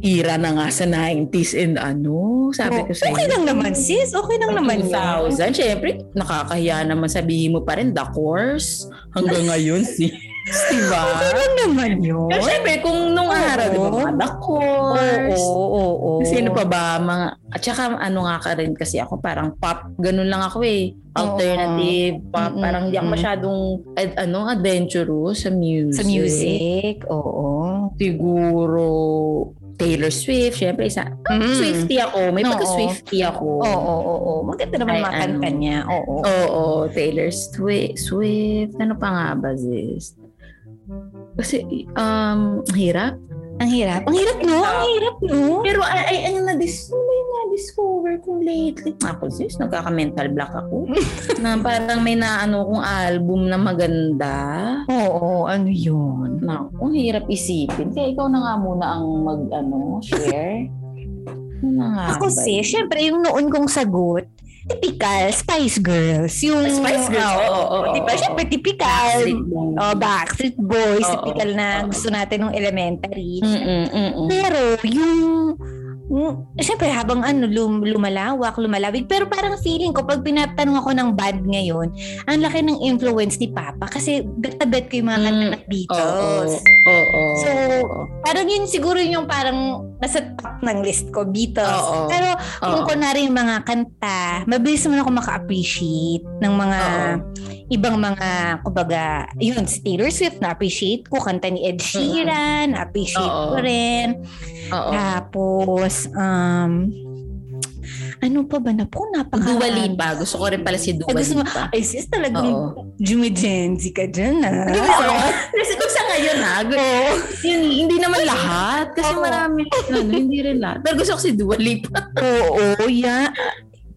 Speaker 2: era na nga sa 90s and ano. Sabi ko sa'yo.
Speaker 1: Okay lang naman sis. Okay lang naman yun.
Speaker 2: 2000. Siyempre, nakakahiya naman sabihin mo pa rin, the course. Hanggang ngayon, si Ano diba?
Speaker 1: Okay lang naman yun.
Speaker 2: Kasi siyempre, kung nung
Speaker 1: Oo.
Speaker 2: araw, di ba, mga the course.
Speaker 1: Oo, oo, oo.
Speaker 2: Sino pa ba? Mga, at saka ano nga ka rin kasi ako parang pop, ganun lang ako eh. Alternative, pop,
Speaker 1: Mm-mm,
Speaker 2: parang di ako
Speaker 1: mm-mm.
Speaker 2: masyadong ad- ano, adventurous sa music.
Speaker 1: Sa music, oo.
Speaker 2: Siguro Taylor Swift, syempre isa.
Speaker 1: Mm.
Speaker 2: Swifty ako, may
Speaker 1: Oo.
Speaker 2: pagka-Swifty
Speaker 1: Oo,
Speaker 2: ako.
Speaker 1: oo, oo. Maganda naman
Speaker 2: Ay,
Speaker 1: mga kanta
Speaker 2: ano.
Speaker 1: niya. Oo.
Speaker 2: Oo, Taylor Swift, Swift. Ano pa nga ba, sis? Kasi, um, hirap.
Speaker 1: Ang hirap. Ang hirap, no? Ang hirap, no?
Speaker 2: Pero, ay, ay ang na-dis- ano yung na-discover kong lately? Ako, sis, nagkaka-mental block ako. na parang may naano kong album na maganda.
Speaker 1: Oo, ano yun?
Speaker 2: Naku, hirap isipin. Kaya ikaw na nga muna ang mag, ano, share. Ano na nga
Speaker 1: Ako
Speaker 2: ba
Speaker 1: si,
Speaker 2: yun?
Speaker 1: syempre yung noon kong sagot, typical Spice Girls. Yung
Speaker 2: Spice Girls, oo, oo, oo,
Speaker 1: Diba?
Speaker 2: oo.
Speaker 1: Syempre typical.
Speaker 2: Backstreet Boys.
Speaker 1: Oh, Backstreet Boys,
Speaker 2: Oo,
Speaker 1: typical na
Speaker 2: oo.
Speaker 1: gusto natin nung elementary.
Speaker 2: Mm-mm, mm-mm.
Speaker 1: Pero yung yung- Siyempre, habang ano, lum- lumalawak, lumalawig. Pero parang feeling ko, pag pinatanong ako ng band ngayon, ang laki ng influence ni Papa. Kasi bet na bet ko yung mga
Speaker 2: Mm,
Speaker 1: kanta ng Beatles.
Speaker 2: Oo. oo.
Speaker 1: So, parang yun siguro yung parang nasa top ng list ko, Beatles.
Speaker 2: Oo.
Speaker 1: Pero kung
Speaker 2: Oo.
Speaker 1: kunwari yung mga kanta, mabilis naman ako maka-appreciate ng mga
Speaker 2: Oo.
Speaker 1: ibang mga, kumbaga, yun, si Taylor Swift, na-appreciate ko. Kanta ni Ed Sheeran, na-appreciate
Speaker 2: Mm, Oo.
Speaker 1: ko rin.
Speaker 2: Oo.
Speaker 1: Tapos, um, ano pa ba na po? Napaka...
Speaker 2: Dua Lipa. Gusto ko rin pala si Dua
Speaker 1: Ay, gusto mo,
Speaker 2: Lipa.
Speaker 1: ay sis, talagang
Speaker 2: Oo.
Speaker 1: jumigenzi ka dyan, ah.
Speaker 2: Kasi kung sa ngayon ha, gu-
Speaker 1: Oo.
Speaker 2: yun, hindi naman lahat. Kasi
Speaker 1: Oo.
Speaker 2: marami, ano, hindi rin lahat. Pero gusto ko si Dua Lipa.
Speaker 1: Oo, yeah.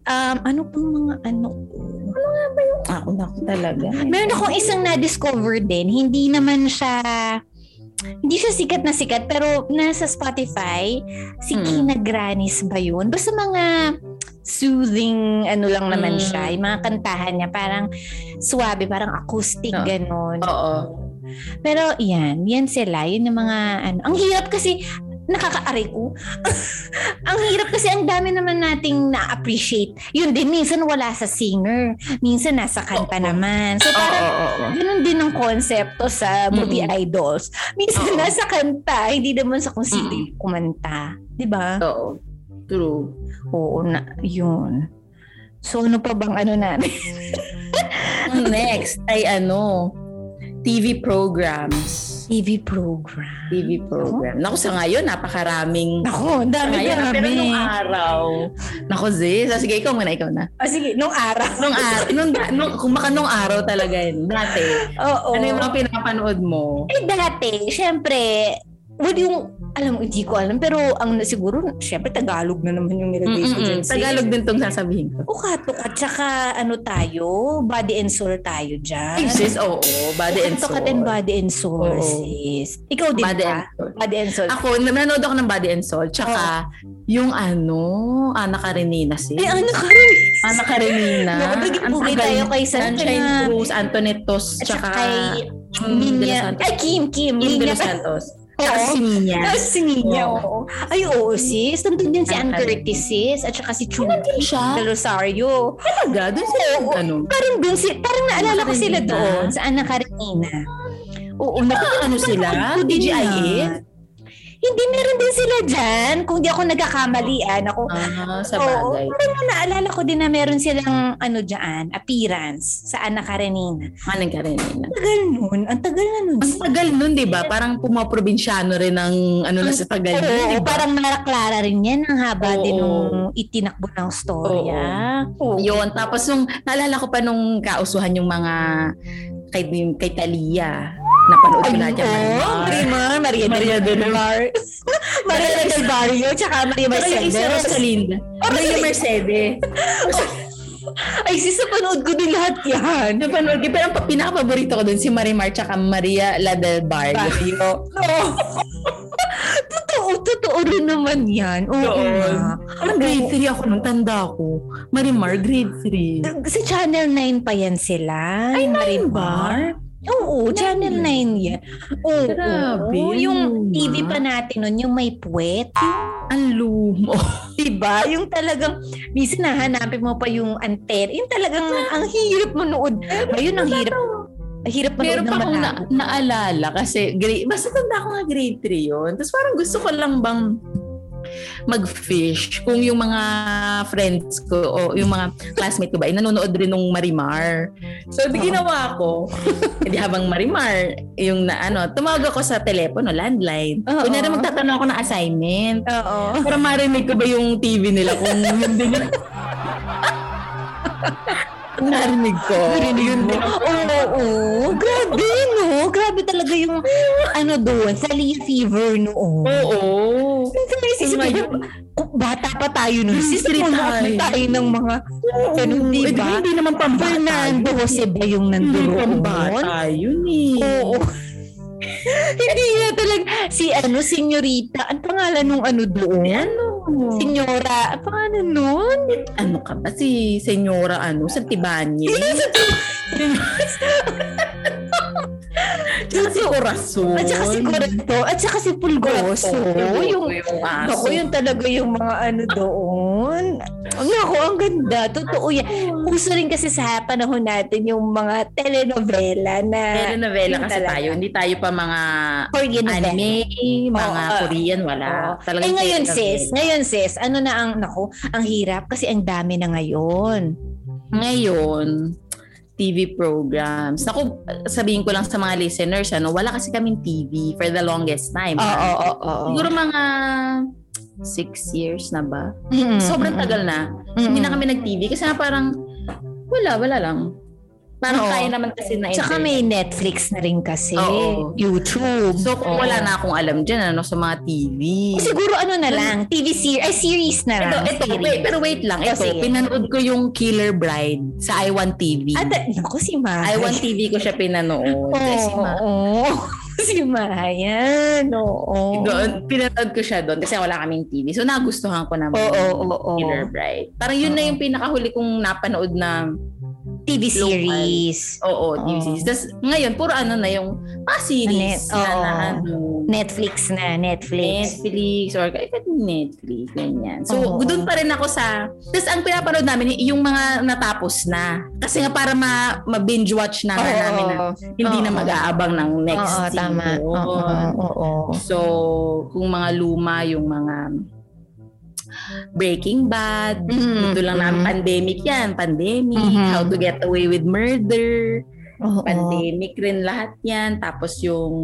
Speaker 1: Um, ano pang mga ano?
Speaker 2: Ako na ako talaga.
Speaker 1: Meron akong isang na-discover din. Hindi naman siya hindi siya sikat na sikat pero nasa Spotify si
Speaker 2: Hmm.
Speaker 1: Kina Granis ba yun? Basta mga soothing ano lang naman
Speaker 2: Hmm.
Speaker 1: siya. Yung mga kantahan niya parang suwabe, parang acoustic
Speaker 2: Oo.
Speaker 1: ganon.
Speaker 2: Oo.
Speaker 1: Pero yan, yan sila. Yun yung mga ano. Ang hirap kasi nakakaaray ko. ang hirap kasi ang dami naman nating na-appreciate. Yun din, minsan wala sa singer. Minsan nasa kanta
Speaker 2: Oo.
Speaker 1: naman. So
Speaker 2: Oo.
Speaker 1: parang
Speaker 2: oo.
Speaker 1: Ganun din ang konsepto sa movie idols. Minsan
Speaker 2: Oo.
Speaker 1: nasa kanta, hindi naman sa kung sino
Speaker 2: Mm-mm.
Speaker 1: yung kumanta. Di ba?
Speaker 2: Oo. True.
Speaker 1: Oo na, yun. So ano pa bang ano natin?
Speaker 2: Ang Next ay ano, TV programs.
Speaker 1: TV program.
Speaker 2: TV program. Naku, sa ngayon, napakaraming
Speaker 1: Ako, ang dami
Speaker 2: Ngayon,
Speaker 1: dami.
Speaker 2: pero nung araw. Nako, Ziz. Ah, sige, ikaw muna, ikaw na.
Speaker 1: Ah, sige, nung araw.
Speaker 2: Nung araw, nung, nung, kung baka nung araw talaga yun. Dati.
Speaker 1: Oo.
Speaker 2: Ano yung mga pinapanood mo?
Speaker 1: Eh, dati, syempre, well, yung, alam mo, hindi ko alam, pero ang na- siguro, syempre, Tagalog na naman yung nilagay ko dyan.
Speaker 2: Mm-mm.
Speaker 1: sis.
Speaker 2: Tagalog din tong sasabihin ko.
Speaker 1: Ukatok at saka, ano tayo, body and soul tayo dyan.
Speaker 2: Ay, sis, oo. body and soul.
Speaker 1: Ukatok at and body and soul,
Speaker 2: Oo.
Speaker 1: sis. Ikaw din
Speaker 2: Body
Speaker 1: ba?
Speaker 2: and soul.
Speaker 1: Body and soul.
Speaker 2: Ako, nanonood ako ng body and soul. Tsaka, yung ano, Ana Karenina, sis.
Speaker 1: Ay, ano ka rin?
Speaker 2: Ana Karenina.
Speaker 1: Naku, nagpugi
Speaker 2: tagal
Speaker 1: tayo
Speaker 2: niya.
Speaker 1: kay Santa
Speaker 2: Sunshine
Speaker 1: na.
Speaker 2: Cruz, Antonitos,
Speaker 1: At saka
Speaker 2: tsaka
Speaker 1: kay
Speaker 2: De Los
Speaker 1: Minya.
Speaker 2: Santos.
Speaker 1: Ay, Kim, Kim.
Speaker 2: Kim De
Speaker 1: Minya.
Speaker 2: Los Santos. Tsaka
Speaker 1: Oo.
Speaker 2: si Minya.
Speaker 1: Tapos si Minya, oo. Ay, oo, sis. Nandun din si Ann
Speaker 2: Ang-
Speaker 1: Curtis, sis. At saka si Chudy.
Speaker 2: siya?
Speaker 1: De Rosario.
Speaker 2: Talaga? Doon sila
Speaker 1: Oo.
Speaker 2: ano?
Speaker 1: Parang dun si, parang naalala ko sila
Speaker 2: Karenina.
Speaker 1: doon sa Ana Karenina. Oo, na
Speaker 2: ano sila? TGIF?
Speaker 1: Hindi, meron din sila dyan. Kung di ako nagkakamalian, ako,
Speaker 2: Ah, sa
Speaker 1: Oo,
Speaker 2: bagay.
Speaker 1: parang nga naalala ko din na meron silang ano dyan, appearance sa Ana Karenina.
Speaker 2: Anong Karenina?
Speaker 1: Tagal nun. Ang tagal na nun.
Speaker 2: Ang tagal nun, di ba? Parang pumaprobinsyano rin ang ano na sa tagal
Speaker 1: Oo,
Speaker 2: nun, di ba?
Speaker 1: parang Mara Clara rin yan. Ang haba
Speaker 2: Oo.
Speaker 1: din nung itinakbo ng storya. Oo.
Speaker 2: Yun. Tapos nung, naalala ko pa nung kausuhan yung mga kay, yung kay Talia. Napanood ko na dyan.
Speaker 1: Prima, Maria
Speaker 2: Maria
Speaker 1: del
Speaker 2: del
Speaker 1: Mar. Maria del Barrio, tsaka Maria
Speaker 2: Pero yung isa,
Speaker 1: Mercedes.
Speaker 2: Rosalinda. Pero yung Mercedes.
Speaker 1: Ay, sis, napanood ko din lahat yan.
Speaker 2: Napanood ko. Pero ang pa- pinaka-paborito ko dun, si Marimar tsaka Maria La del Barrio.
Speaker 1: Barrio. No. totoo, totoo rin naman yan. Oo.
Speaker 2: Doon.
Speaker 1: nga.
Speaker 2: Alam, grade 3 ako nung tanda ko. Marimar, grade 3.
Speaker 1: Sa Channel 9 pa yan sila.
Speaker 2: Ay,
Speaker 1: yung
Speaker 2: nine ba?
Speaker 1: Marimar. Oo, Channel 9 yan. Oo,
Speaker 2: Grabe,
Speaker 1: oo. yung
Speaker 2: luma.
Speaker 1: TV pa natin nun, yung may puwet.
Speaker 2: Ang lumo.
Speaker 1: Diba? Yung talagang, minsan nahanapin mo pa yung anten. Yung talagang, ang hirap manood. Ayun, ang hirap. Ang hirap manood
Speaker 2: Meron
Speaker 1: ng
Speaker 2: pa akong
Speaker 1: mga.
Speaker 2: na- naalala kasi grade, basta tanda ko nga grade 3 yun. Tapos parang gusto ko lang bang mag-fish kung yung mga friends ko o yung mga classmate ko ba, eh, nanonood rin nung Marimar. So, di ginawa ko. Hindi habang Marimar, yung na ano, tumawag ako sa telepono, landline.
Speaker 1: Oo.
Speaker 2: Kunyari magtatanong ako ng assignment.
Speaker 1: Oo.
Speaker 2: Para marinig ko ba yung TV nila kung yun din yun. Kung narinig ko.
Speaker 1: Narinig
Speaker 2: yun
Speaker 1: mo?
Speaker 2: din ang-
Speaker 1: Oo, oo. Grabe, no? Grabe talaga yung, ano doon, sali fever noon.
Speaker 2: Oo.
Speaker 1: Minsan may sisipin,
Speaker 2: Ngayon.
Speaker 1: kung bata pa tayo nun,
Speaker 2: Yung
Speaker 1: sisipin
Speaker 2: street
Speaker 1: tayo.
Speaker 2: high.
Speaker 1: tayo ng mga, ganun,
Speaker 2: Oo. Eh,
Speaker 1: di
Speaker 2: di
Speaker 1: ba?
Speaker 2: hindi naman pambata. eh.
Speaker 1: Fernando Jose ba yung
Speaker 2: Hindi
Speaker 1: nanduroon?
Speaker 2: pambata yun eh.
Speaker 1: Oo. Hindi nga talaga. Si ano, senyorita. Ang pangalan nung ano
Speaker 2: Eh,
Speaker 1: doon?
Speaker 2: ano?
Speaker 1: Senyora. Ang pangalan nun?
Speaker 2: ano ka ba? Si Senyora ano? Sa Tibanye? Tsaka si Corazon.
Speaker 1: At saka si Corato. At saka si Pulgoso. Yung,
Speaker 2: yung aso.
Speaker 1: ako yun talaga yung mga ano doon. Ako, ang ganda. Totoo yan. Uso rin kasi sa panahon natin yung mga telenovela na
Speaker 2: Telenovela
Speaker 1: Yun
Speaker 2: kasi
Speaker 1: talaga.
Speaker 2: tayo. Hindi tayo pa mga
Speaker 1: Korean novela.
Speaker 2: anime, mga
Speaker 1: Oo.
Speaker 2: Korean, wala.
Speaker 1: Oo.
Speaker 2: Talagang
Speaker 1: eh ngayon
Speaker 2: telenovela.
Speaker 1: sis, ngayon sis, ano na ang, naku, ang hirap kasi ang dami na ngayon.
Speaker 2: ngayon, TV programs. Naku, sabihin ko lang sa mga listeners, ano, wala kasi kaming TV for the longest time.
Speaker 1: Oo, oo, oo.
Speaker 2: Siguro mga six years na ba?
Speaker 1: Mm-mm.
Speaker 2: Sobrang tagal na.
Speaker 1: Mm-mm.
Speaker 2: Hindi na kami nag-TV kasi nga parang wala, wala lang.
Speaker 1: Oo.
Speaker 2: Parang kaya naman kasi na
Speaker 1: Tsaka may Netflix na rin kasi.
Speaker 2: Oo.
Speaker 1: YouTube.
Speaker 2: So
Speaker 1: Oo.
Speaker 2: kung wala na akong alam dyan, ano, sa mga TV.
Speaker 1: Siguro ano na lang, TV series, ay series na
Speaker 2: Ito,
Speaker 1: lang.
Speaker 2: ito,
Speaker 1: series.
Speaker 2: wait, pero wait lang.
Speaker 1: Oh,
Speaker 2: Ito,
Speaker 1: sige.
Speaker 2: pinanood ko yung Killer Bride sa I1 TV.
Speaker 1: At, naku, si Mahay.
Speaker 2: I1 TV ko siya pinanood.
Speaker 1: Oo,
Speaker 2: Kasi ma-
Speaker 1: oo. si Mahayan, oo.
Speaker 2: Doon, pinanood ko siya doon kasi wala kaming TV. So, nagustuhan ko naman
Speaker 1: Oo, oo,
Speaker 2: yung
Speaker 1: oo.
Speaker 2: Killer Bride. Parang yun na
Speaker 1: Oo.
Speaker 2: yung pinakahuli kong napanood na
Speaker 1: TV
Speaker 2: Local.
Speaker 1: series.
Speaker 2: oo, TV
Speaker 1: Oo.
Speaker 2: series. Tapos, ngayon, puro ano na yung mga series
Speaker 1: Ano,
Speaker 2: na,
Speaker 1: oo.
Speaker 2: na ano,
Speaker 1: Netflix na, Netflix.
Speaker 2: Netflix or kahit Netflix, ganyan. So,
Speaker 1: Oo.
Speaker 2: doon pa rin ako sa... Tapos, ang pinapanood namin, yung mga natapos na. Kasi nga, para ma, ma-binge watch na nga namin na hindi na
Speaker 1: Oo.
Speaker 2: mag-aabang ng next
Speaker 1: Oo,
Speaker 2: season.
Speaker 1: tama. Oo, oo.
Speaker 2: So, kung mga luma, yung mga Breaking Bad,
Speaker 1: Mm,
Speaker 2: ito lang
Speaker 1: mm.
Speaker 2: na pandemic yan, pandemic,
Speaker 1: Mhm.
Speaker 2: how to get away with murder,
Speaker 1: Oo.
Speaker 2: pandemic rin lahat yan, tapos yung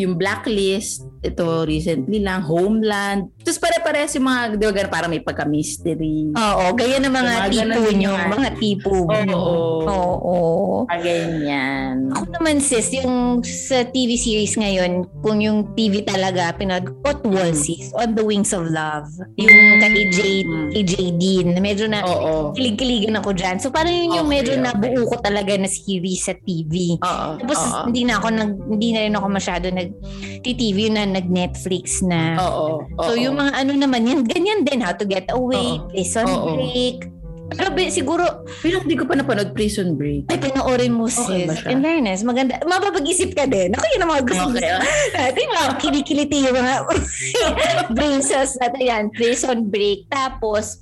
Speaker 2: yung blacklist, ito recently lang, Homeland. Tapos pare-pares yung mga, di ba ganun, parang may pagka-mystery.
Speaker 1: Oo, gaya ng mga
Speaker 2: Mga ganun
Speaker 1: tipo
Speaker 2: yung
Speaker 1: nyo,
Speaker 2: mga-
Speaker 1: mga tipo nyo.
Speaker 2: Oo.
Speaker 1: Oo.
Speaker 2: Mga ganyan.
Speaker 1: Ako naman sis, yung sa TV series ngayon, kung yung TV talaga, pinag Otwal
Speaker 2: Mm.
Speaker 1: sis, On the Wings of Love. Yung kay J,
Speaker 2: Mm.
Speaker 1: kay J Dean, na medyo na
Speaker 2: Oo.
Speaker 1: kilig-kiligan ako dyan. So parang yun yung
Speaker 2: Okay,
Speaker 1: medyo
Speaker 2: okay.
Speaker 1: nabuo ko talaga na series sa TV.
Speaker 2: Oo.
Speaker 1: Tapos
Speaker 2: oo.
Speaker 1: hindi na ako nag hindi na rin ako masyado nag TV na nag Netflix na.
Speaker 2: Oo.
Speaker 1: So
Speaker 2: oo.
Speaker 1: yung mga ano naman yan, ganyan din how to get away,
Speaker 2: Oo.
Speaker 1: place on
Speaker 2: Oo.
Speaker 1: break. Pero be, siguro
Speaker 2: Pero hindi ko pa napanood Prison Break.
Speaker 1: ay, panoorin mo sis.
Speaker 2: Okay ba siya?
Speaker 1: In fairness, maganda. Mapapag-isip ka din. Ako yun ang mga gusto
Speaker 2: Okay.
Speaker 1: gusto natin. Yung Mga kilikiliti yung mga brain cells natin yan. Prison break. Tapos,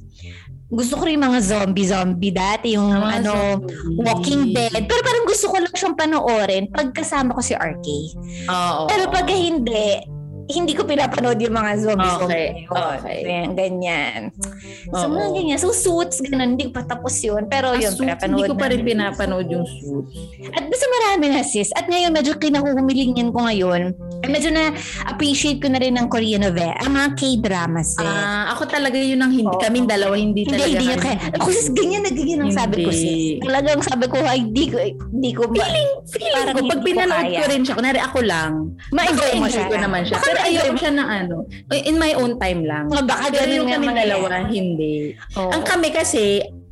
Speaker 1: gusto ko rin yung mga zombie-zombie dati. Yung
Speaker 2: Ah,
Speaker 1: ano, Walking
Speaker 2: Mm.
Speaker 1: Dead. Pero parang gusto ko lang siyang panoorin pag kasama ko si RK.
Speaker 2: Oo. Ah,
Speaker 1: Pero pag hindi, hindi ko pinapanood yung mga zombies.
Speaker 2: Okay,
Speaker 1: Yun.
Speaker 2: okay.
Speaker 1: Ganyan, ganyan. So,
Speaker 2: Oo.
Speaker 1: mga ganyan. So, suits, ganun. Hindi ko pa tapos yun. Pero Oh,
Speaker 2: Ah,
Speaker 1: yun,
Speaker 2: Suits, hindi ko pa rin
Speaker 1: namin.
Speaker 2: pinapanood yung suits.
Speaker 1: At basta marami na sis. At ngayon medyo kinakumilingin ko ngayon. Ay, Medyo na appreciate ko na rin ng Korean novela. Ang mga K-dramas eh. sis.
Speaker 2: Ah, ako talaga yun ang hindi.
Speaker 1: Oo.
Speaker 2: Kaming dalawa hindi
Speaker 1: hindi,
Speaker 2: talaga.
Speaker 1: hindi nyo
Speaker 2: kami-
Speaker 1: kaya. Ako sis, ganyan na ganyan ang sabi ko sis.
Speaker 2: Hindi.
Speaker 1: Talagang sabi ko, ay, di ko, di ko ma- Feeling,
Speaker 2: Feeling ko, pag pinanood ko rin siya, kunwari ako lang,
Speaker 1: ma-enjoy mo
Speaker 2: ma-enjoy
Speaker 1: siya.
Speaker 2: ko naman siya.
Speaker 1: Baka
Speaker 2: Pero
Speaker 1: ma-enjoy
Speaker 2: ayaw
Speaker 1: mo.
Speaker 2: siya na ano. In my own time lang.
Speaker 1: Mga baka
Speaker 2: Pero
Speaker 1: ganun
Speaker 2: yung
Speaker 1: nga
Speaker 2: kami
Speaker 1: mangyayari.
Speaker 2: dalawa, hindi.
Speaker 1: Oo.
Speaker 2: Ang kami kasi,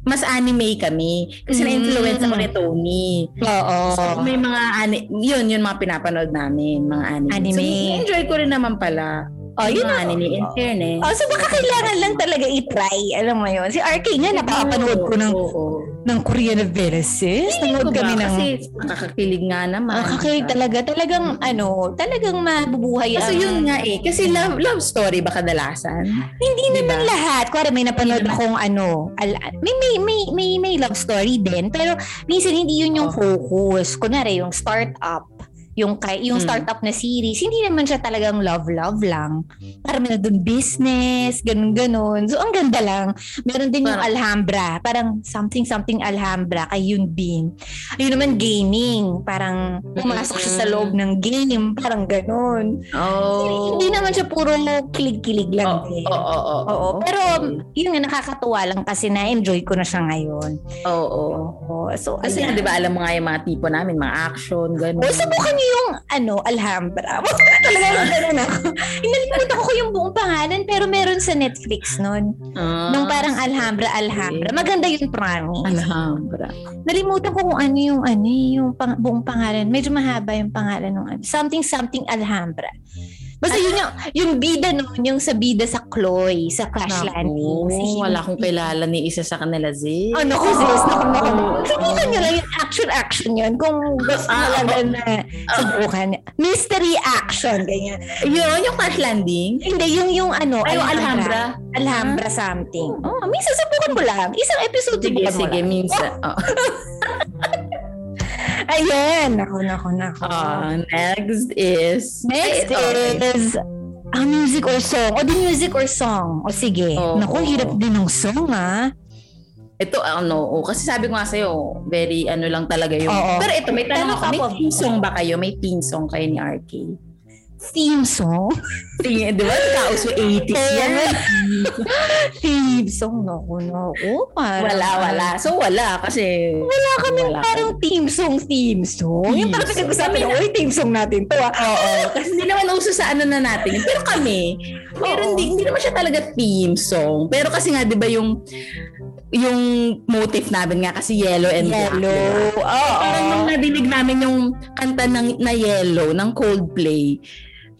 Speaker 2: mas anime kami. Kasi
Speaker 1: Mm.
Speaker 2: na-influence ako ni Tony.
Speaker 1: Oo. Oh,
Speaker 2: So, may mga ani- yun, yun mga pinapanood namin, mga anime.
Speaker 1: Anime.
Speaker 2: So, enjoy ko rin naman pala.
Speaker 1: Oh, yun
Speaker 3: Mga
Speaker 1: na.
Speaker 3: anime in fairness.
Speaker 1: Oh, so baka kailangan lang talaga i-try. Alam mo yun. Si RK nga, nakakapanood ko ng,
Speaker 3: Oo, oo.
Speaker 1: ng Korean novelas, sis. Nanood
Speaker 2: Ano ba?
Speaker 1: kami ng...
Speaker 2: Kasi nakakakilig nga naman.
Speaker 1: Nakakakilig talaga. Talagang, ano, talagang mabubuhay
Speaker 2: Kaso
Speaker 1: ang-
Speaker 2: yun nga eh. Kasi
Speaker 1: Mm.
Speaker 2: love, love story ba kadalasan?
Speaker 1: Hindi naman
Speaker 2: Diba?
Speaker 1: lahat. Kuwari, may napanood
Speaker 2: Hindi naman.
Speaker 1: akong ano, ala- may, may, may, may, may love story din. Pero minsan hindi yun yung
Speaker 2: Oh.
Speaker 1: focus. Kunwari, yung startup yung kay yung
Speaker 2: Mm.
Speaker 1: startup na series hindi naman siya talagang love love lang parang na doon business ganun ganun so ang ganda lang meron din yung
Speaker 2: Parang-
Speaker 1: Alhambra parang something something Alhambra kay Yun Bin ayun
Speaker 2: Mm.
Speaker 1: naman gaming parang pumasok siya sa loob ng game parang ganun
Speaker 2: Oh.
Speaker 1: hindi naman siya puro kilig-kilig
Speaker 2: Oo,
Speaker 1: lang din
Speaker 2: oo, oo.
Speaker 1: Oo, pero um,
Speaker 2: okay.
Speaker 1: yun nga nakakatuwa lang kasi na-enjoy ko na siya ngayon.
Speaker 2: Oo.
Speaker 1: Oo. So,
Speaker 2: Kasi
Speaker 1: ayan.
Speaker 2: nga, di ba, alam mo nga yung mga tipo namin, mga action, gano'n.
Speaker 1: O, subukan niyo yung, ano, Alhambra. Talaga yung ganun ako. Inalimutan ko yung buong pangalan, pero meron sa Netflix nun.
Speaker 2: Ah, Ano?
Speaker 1: Nung parang Alhambra, Alhambra. Maganda yung promise.
Speaker 2: Alhambra.
Speaker 1: Nalimutan ko kung ano yung, ano, eh, yung pang- buong pangalan. Medyo mahaba yung pangalan ng ano. Something, something Alhambra. Basta yun yung, yung bida nun, yung sa bida sa Chloe, sa Crash Landing. si
Speaker 2: Naku,
Speaker 1: Hindi.
Speaker 2: wala akong kilala ni isa sa kanila, Z.
Speaker 1: Ano ko sis, naku, naku. Subukan nyo lang yung action-action yun. Kung gusto nyo lang
Speaker 2: Ah,
Speaker 1: na subukan nyo. Mystery action, ganyan.
Speaker 2: Yun, yung crash landing.
Speaker 1: Hindi, yung, yung ano,
Speaker 2: Ay, yung
Speaker 1: Alhambra.
Speaker 2: Oh, Alhambra. Ah.
Speaker 1: Alhambra something. Oh, minsan subukan mo lang. Isang episode
Speaker 2: Sige,
Speaker 1: subukan
Speaker 2: sige,
Speaker 1: mo lang.
Speaker 2: minsan. Oh.
Speaker 1: Ayan, naku, naku, naku.
Speaker 2: Ah, next is...
Speaker 1: Next
Speaker 2: Ay, okay.
Speaker 1: is, ah, music or song. O, the music or song. O, sige.
Speaker 2: Oo.
Speaker 1: Naku, hirap din ng song, ah.
Speaker 2: Ito, ano, oh, kasi sabi ko nga sa'yo, very ano lang talaga yung...
Speaker 1: Oo.
Speaker 2: Pero ito, may tanong
Speaker 1: Tanong
Speaker 2: ako,
Speaker 1: ka
Speaker 2: may
Speaker 1: po.
Speaker 2: theme song ba kayo? May theme song kayo ni RK?
Speaker 1: Theme song?
Speaker 2: Theme, di ba? Kaos yung 80s yan.
Speaker 1: Theme song, naku, naku. Parang,
Speaker 2: Wala, wala. So, wala kasi... Wala
Speaker 1: kami
Speaker 2: wala.
Speaker 1: parang team song, team song. Yung
Speaker 2: Theme
Speaker 1: parang
Speaker 2: song.
Speaker 1: pinag-usapan na, uy, team song natin to ah.
Speaker 2: Oo, kasi hindi naman uso sa ano na natin. Pero kami,
Speaker 1: Oo.
Speaker 2: meron din, hindi naman siya talaga theme song. Pero kasi nga, di ba yung yung motif namin nga kasi yellow and black.
Speaker 1: Yellow.
Speaker 2: di ba?
Speaker 1: Oo.
Speaker 2: Parang nung nadinig namin yung kanta ng, na yellow ng Coldplay,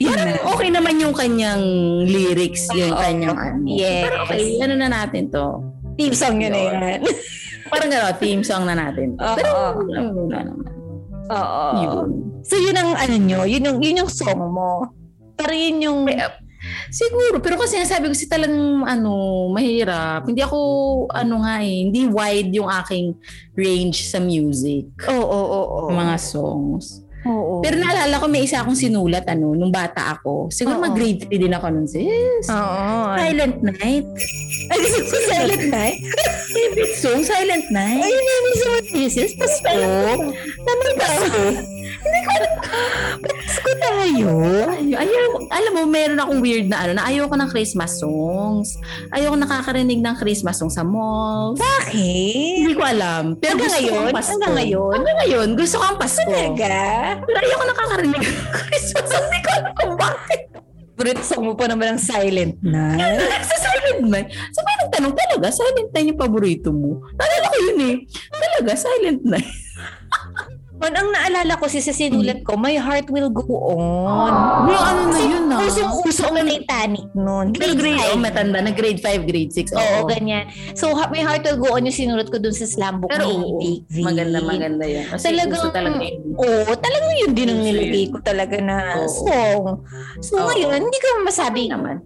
Speaker 1: Yun
Speaker 2: parang
Speaker 1: na.
Speaker 2: okay naman yung kanyang lyrics, yung
Speaker 1: Oo.
Speaker 2: kanyang ano.
Speaker 1: Yes.
Speaker 2: Parang okay, ano na natin to.
Speaker 1: Team song yun na yan.
Speaker 2: Parang gano'n, theme song na natin. to.
Speaker 1: Oo.
Speaker 2: Pero, ano na naman.
Speaker 1: Oo.
Speaker 2: Yun.
Speaker 1: So yun ang ano nyo, yun yung, yun yung song mo. Parang yun yung...
Speaker 2: Siguro, pero kasi nasabi ko si talagang ano, mahirap. Hindi ako ano nga eh, hindi wide yung aking range sa music,
Speaker 1: Oo, oo, oo.
Speaker 2: mga songs.
Speaker 1: Oo.
Speaker 2: Pero naalala ko may isa akong sinulat ano nung bata ako. Siguro
Speaker 1: Oo.
Speaker 2: mag-grade 3 din ako nun sis.
Speaker 1: Oo. Ay,
Speaker 2: Silent Night.
Speaker 1: silent night.
Speaker 2: Favorite song, Silent
Speaker 1: Ay,
Speaker 2: Night. Oh.
Speaker 1: yun na yung song this is. Pasko. Tama ba? Pasko tayo.
Speaker 2: Ay, ayaw, alam mo, meron akong weird na ano, na ayoko ng Christmas songs. Ayoko nakakarinig ng Christmas songs sa malls.
Speaker 1: Bakit?
Speaker 2: Hindi ko alam. Pero
Speaker 1: Hanggang
Speaker 2: gusto ko
Speaker 1: ngayon?
Speaker 2: ang Pasko.
Speaker 1: Hanggang ngayon?
Speaker 2: Hanggang ngayon, gusto ko ang Pasko.
Speaker 1: Talaga?
Speaker 2: Pero ayoko nakakarinig ng Christmas. Hindi ko alam kung bakit.
Speaker 1: Favorite song mo pa naman ang silent night.
Speaker 2: Sa Silent Night. So may nagtanong, talaga, Silent Night yung paborito mo? Naalala ko yun eh. Talaga, Silent Night.
Speaker 1: On, ang naalala ko si sa sinulat ko, My Heart Will Go On.
Speaker 2: Bro, Mm. ano na yun ah.
Speaker 1: Usong-uso ang Titanic noon.
Speaker 2: Pero grade, oh, matanda na. Grade 5, grade 6.
Speaker 1: Oo, ganyan. So, ha- My Heart Will Go On yung sinulat ko dun sa Slam Book ni
Speaker 2: Pero oo,
Speaker 1: Big V.
Speaker 2: maganda, maganda yun. Kasi
Speaker 1: Talagang-
Speaker 2: gusto talaga yun.
Speaker 1: Oo, talagang yun din ang
Speaker 2: Yes,
Speaker 1: nilagay ko talaga na
Speaker 2: Oo.
Speaker 1: song. So,
Speaker 2: Oo. Ano
Speaker 1: ngayon, hindi ko masabi
Speaker 2: naman.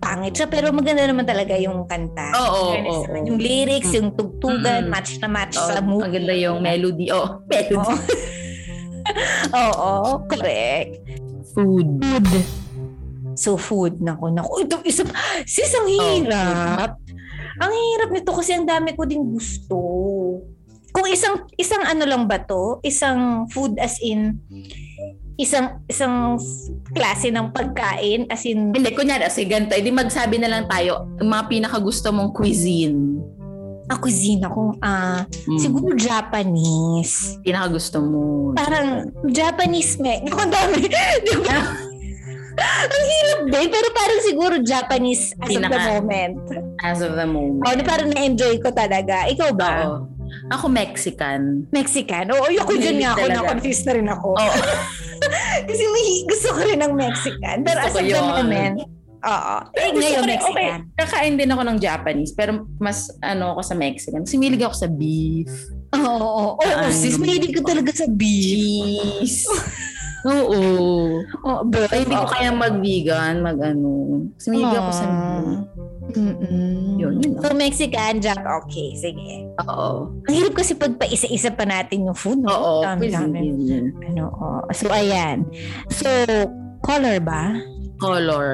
Speaker 1: pangit siya, pero maganda naman talaga yung kanta.
Speaker 2: Oo,
Speaker 1: Fairness
Speaker 2: oo,
Speaker 1: naman.
Speaker 2: oo.
Speaker 1: Yung lyrics, yung tugtugan,
Speaker 2: Mm-mm.
Speaker 1: match na match
Speaker 2: Oo,
Speaker 1: sa movie.
Speaker 2: maganda yung melody. Oh, melody.
Speaker 1: Oo. Oo, correct.
Speaker 2: Food.
Speaker 1: food. So food, naku, naku. Ito, isa, sis, ang hirap. Ang hirap nito kasi ang dami ko din gusto. Kung isang, isang ano lang ba to? Isang food as in, isang, isang klase ng pagkain as in,
Speaker 2: Hindi, kunyari, kasi ganito, edi magsabi na lang tayo, ang mga pinakagusto mong cuisine.
Speaker 1: ah, cuisine ako, ah,
Speaker 2: Hmm.
Speaker 1: siguro Japanese.
Speaker 2: Pinakagusto mo.
Speaker 1: Parang Japanese me. Naku, ang dami. Di ba? ang hirap din, pero parang siguro Japanese as of the
Speaker 2: Pinaka-
Speaker 1: moment.
Speaker 2: As of the moment.
Speaker 1: Oh, na parang na-enjoy ko talaga. Ikaw ba?
Speaker 2: Oo. Ako Mexican.
Speaker 1: Mexican? Oo, yung ko dyan nga ako,
Speaker 2: Talaga.
Speaker 1: na-confuse na rin ako.
Speaker 2: Oo.
Speaker 1: Kasi may, gusto ko rin ng Mexican. Pero
Speaker 2: Gusto
Speaker 1: as
Speaker 2: ko
Speaker 1: of the
Speaker 2: yun.
Speaker 1: moment, Oo. Eh,
Speaker 2: Pero gusto
Speaker 1: ngayon,
Speaker 2: ko rin-
Speaker 1: Mexican.
Speaker 2: Kakain din ako ng Japanese, pero mas ano ako sa Mexican. Kasi milig ako sa beef,
Speaker 1: Oo, oo, Ah, oo. Oo,
Speaker 2: Ano?
Speaker 1: sis, mahilig ko talaga sa beef.
Speaker 2: cheese. Oo.
Speaker 1: Oo, bro.
Speaker 2: Ay, hindi ko kaya mag-vegan, mag-ano. Kasi milig ako sa beef. Yun, yun lang.
Speaker 1: So, Mexican, Jack, okay, sige.
Speaker 2: Oo.
Speaker 1: Ang hirap kasi pagpaisa-isa pa natin yung food. no?
Speaker 2: Oo.
Speaker 1: Dami, dami.
Speaker 2: cuisine yun.
Speaker 1: Ano, oo. So, ayan. So, color ba?
Speaker 2: Color.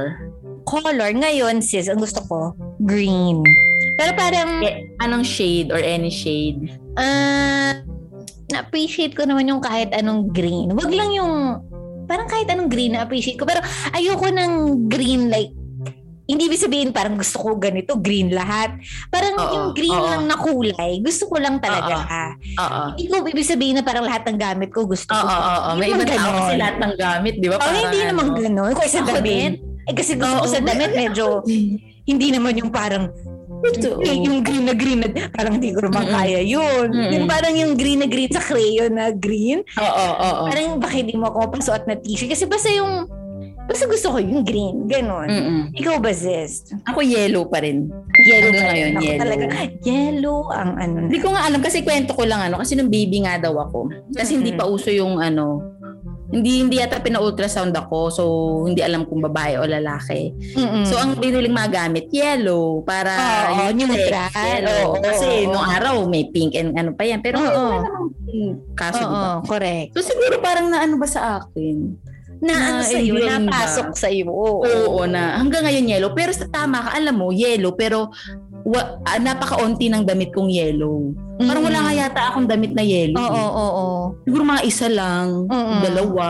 Speaker 1: Color. Ngayon, sis, ang gusto ko, green. Pero parang,
Speaker 2: Eh, Anong shade or any shade?
Speaker 1: Ah, na-appreciate ko naman yung kahit anong green. Wag lang yung parang kahit anong green na-appreciate ko. Pero ayoko ng green like hindi ibig sabihin parang gusto ko ganito, green lahat. Parang
Speaker 2: Oo,
Speaker 1: yung green
Speaker 2: oo.
Speaker 1: lang na kulay, gusto ko lang talaga.
Speaker 2: Oo. Oo.
Speaker 1: Hindi ko ibig sabihin na parang lahat ng gamit ko gusto ko.
Speaker 2: Oo, oo, oo. May
Speaker 1: Hindi
Speaker 2: iba
Speaker 1: naman
Speaker 2: tao
Speaker 1: ganon.
Speaker 2: kasi lahat ng gamit, di ba?
Speaker 1: Oh,
Speaker 2: Parang
Speaker 1: hindi
Speaker 2: ano.
Speaker 1: naman ganun. Kung sa
Speaker 2: Ako
Speaker 1: damit. Eh, kasi gusto ko
Speaker 2: Oo.
Speaker 1: sa damit medyo hindi naman yung parang
Speaker 2: Ito.
Speaker 1: eh, yung green na green na parang hindi ko naman
Speaker 2: Mm-mm.
Speaker 1: kaya yun.
Speaker 2: Mm-mm.
Speaker 1: Yung parang yung green na green sa crayon na green.
Speaker 2: Oo, oo, oo.
Speaker 1: Parang bakit di mo ako mapasuot na t-shirt? Kasi basta yung, basta gusto ko yung green, ganun.
Speaker 2: Mm-mm.
Speaker 1: Ikaw ba, sis?
Speaker 2: Ako yellow pa rin.
Speaker 1: Yellow pa rin.
Speaker 2: Hanggang ngayon,
Speaker 1: Ako
Speaker 2: yellow.
Speaker 1: Talaga, yellow ang ano
Speaker 2: Hindi
Speaker 1: na.
Speaker 2: ko nga alam kasi kwento ko lang ano kasi nung baby nga daw ako. Kasi hindi
Speaker 1: Mm-mm.
Speaker 2: pa uso yung ano hindi hindi yata pina-ultrasound ako so hindi alam kung babae o lalaki.
Speaker 1: Mm-mm.
Speaker 2: So ang binuling magamit yellow para
Speaker 1: Mm-hmm. Oo,
Speaker 2: unisex,
Speaker 1: neutral.
Speaker 2: yellow.
Speaker 1: Oo,
Speaker 2: kasi
Speaker 1: oo.
Speaker 2: nung araw may pink and ano pa yan pero
Speaker 1: Oo.
Speaker 2: ngayon wala namang pink. kaso
Speaker 1: Oo,
Speaker 2: di ba?
Speaker 1: correct.
Speaker 2: So siguro parang na ano ba sa akin?
Speaker 1: Na,
Speaker 2: Na
Speaker 1: ano sa'yo,
Speaker 2: yun ba?
Speaker 1: napasok sa'yo. Oo.
Speaker 2: Oo na. Hanggang ngayon yellow. Pero sa tama ka, alam mo, yellow. Pero wa, ah, napakaunti ng damit kong yellow. Parang wala nga yata akong damit na yellow.
Speaker 1: Mm-hmm. Oo, oo, oo.
Speaker 2: Siguro mga isa lang,
Speaker 1: Mm-mm.
Speaker 2: dalawa,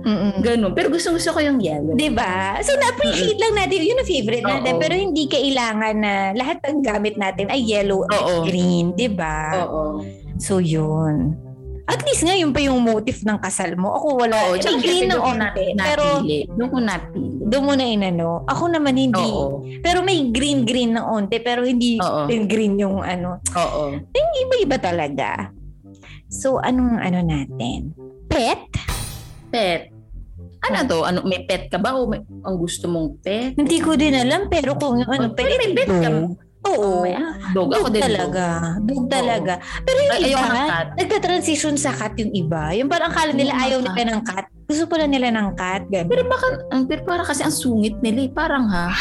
Speaker 1: Mm-mm.
Speaker 2: ganun. Pero gusto gusto ko yung yellow.
Speaker 1: Diba? So, na-appreciate lang natin. Yun ang favorite
Speaker 2: Oo.
Speaker 1: natin. Pero hindi kailangan na lahat ng gamit natin ay yellow at
Speaker 2: Oo.
Speaker 1: green. Diba?
Speaker 2: Oo.
Speaker 1: So, yun. At least ngayon pa yung motif ng kasal mo. Ako wala.
Speaker 2: Oo.
Speaker 1: May green ng onte. Pero
Speaker 2: napili. Doon ko napili.
Speaker 1: doon mo na inano. Ako naman hindi.
Speaker 2: Oo.
Speaker 1: Pero may green-green ng onte. Pero hindi
Speaker 2: Oo.
Speaker 1: din green yung ano.
Speaker 2: Oo.
Speaker 1: Iba-iba talaga. So, anong ano natin? Pet?
Speaker 2: Pet. Ano to? Ano, may pet ka ba? O may, ang gusto mong pet?
Speaker 1: Hindi ko din alam. Pero kung yung ano,
Speaker 2: Oh, pero may pet ka ba?
Speaker 1: dog. Oo.
Speaker 2: May- ah, dog. Ako din dog.
Speaker 1: talaga. Dog talaga. Pero yung
Speaker 2: Ay,
Speaker 1: iba,
Speaker 2: ayoko ng cat.
Speaker 1: nagka-transition sa cat yung iba. Yung parang akala nila
Speaker 2: Ayoko ng
Speaker 1: ayaw
Speaker 2: cat.
Speaker 1: nila ng cat. Gusto pala nila ng cat. Ganun.
Speaker 2: Pero baka, ang- pero parang kasi ang sungit nila eh. Parang ha,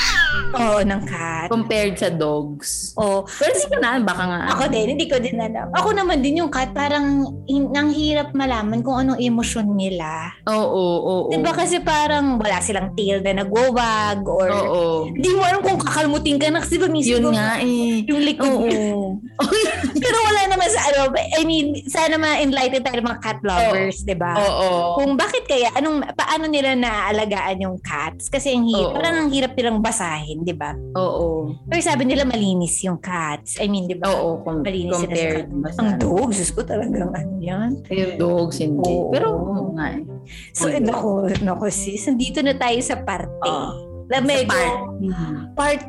Speaker 1: Oo, ng cat.
Speaker 2: compared sa dogs.
Speaker 1: Oo.
Speaker 2: Pero sige na, baka nga.
Speaker 1: Ako din, hindi ko din alam. Ako naman din yung cat, parang in, nang hirap malaman kung anong emosyon nila.
Speaker 2: Oo, oo, oo.
Speaker 1: Diba kasi parang wala silang tail na nagwawag or
Speaker 2: Oo.
Speaker 1: hindi mo alam kung kakalmutin ka na kasi ba minsan
Speaker 2: Yun
Speaker 1: yung-
Speaker 2: nga eh.
Speaker 1: yung likod.
Speaker 2: Oo.
Speaker 1: Pero wala naman sa ano, I mean, sana ma-enlighten tayo ng mga cat lovers, di ba?
Speaker 2: Oo.
Speaker 1: Kung bakit kaya, anong, paano nila naaalagaan yung cats? Kasi ang hirap,
Speaker 2: Oo.
Speaker 1: parang ang hirap nilang basahin, di ba?
Speaker 2: Oo.
Speaker 1: Pero sabi nila malinis yung cats. I mean, di ba?
Speaker 2: Oo. com-
Speaker 1: Malinis sila sa
Speaker 2: compared. Basta,
Speaker 1: Ang dog, Diyos ko talagang ano yan.
Speaker 2: yung dogs, hindi.
Speaker 1: Oo.
Speaker 2: Pero, oo nga eh.
Speaker 1: So, eh,
Speaker 2: Okay.
Speaker 1: nako, nako sis, nandito na tayo sa parte.
Speaker 2: Oo.
Speaker 1: La medyo,
Speaker 2: Ah, part.
Speaker 1: part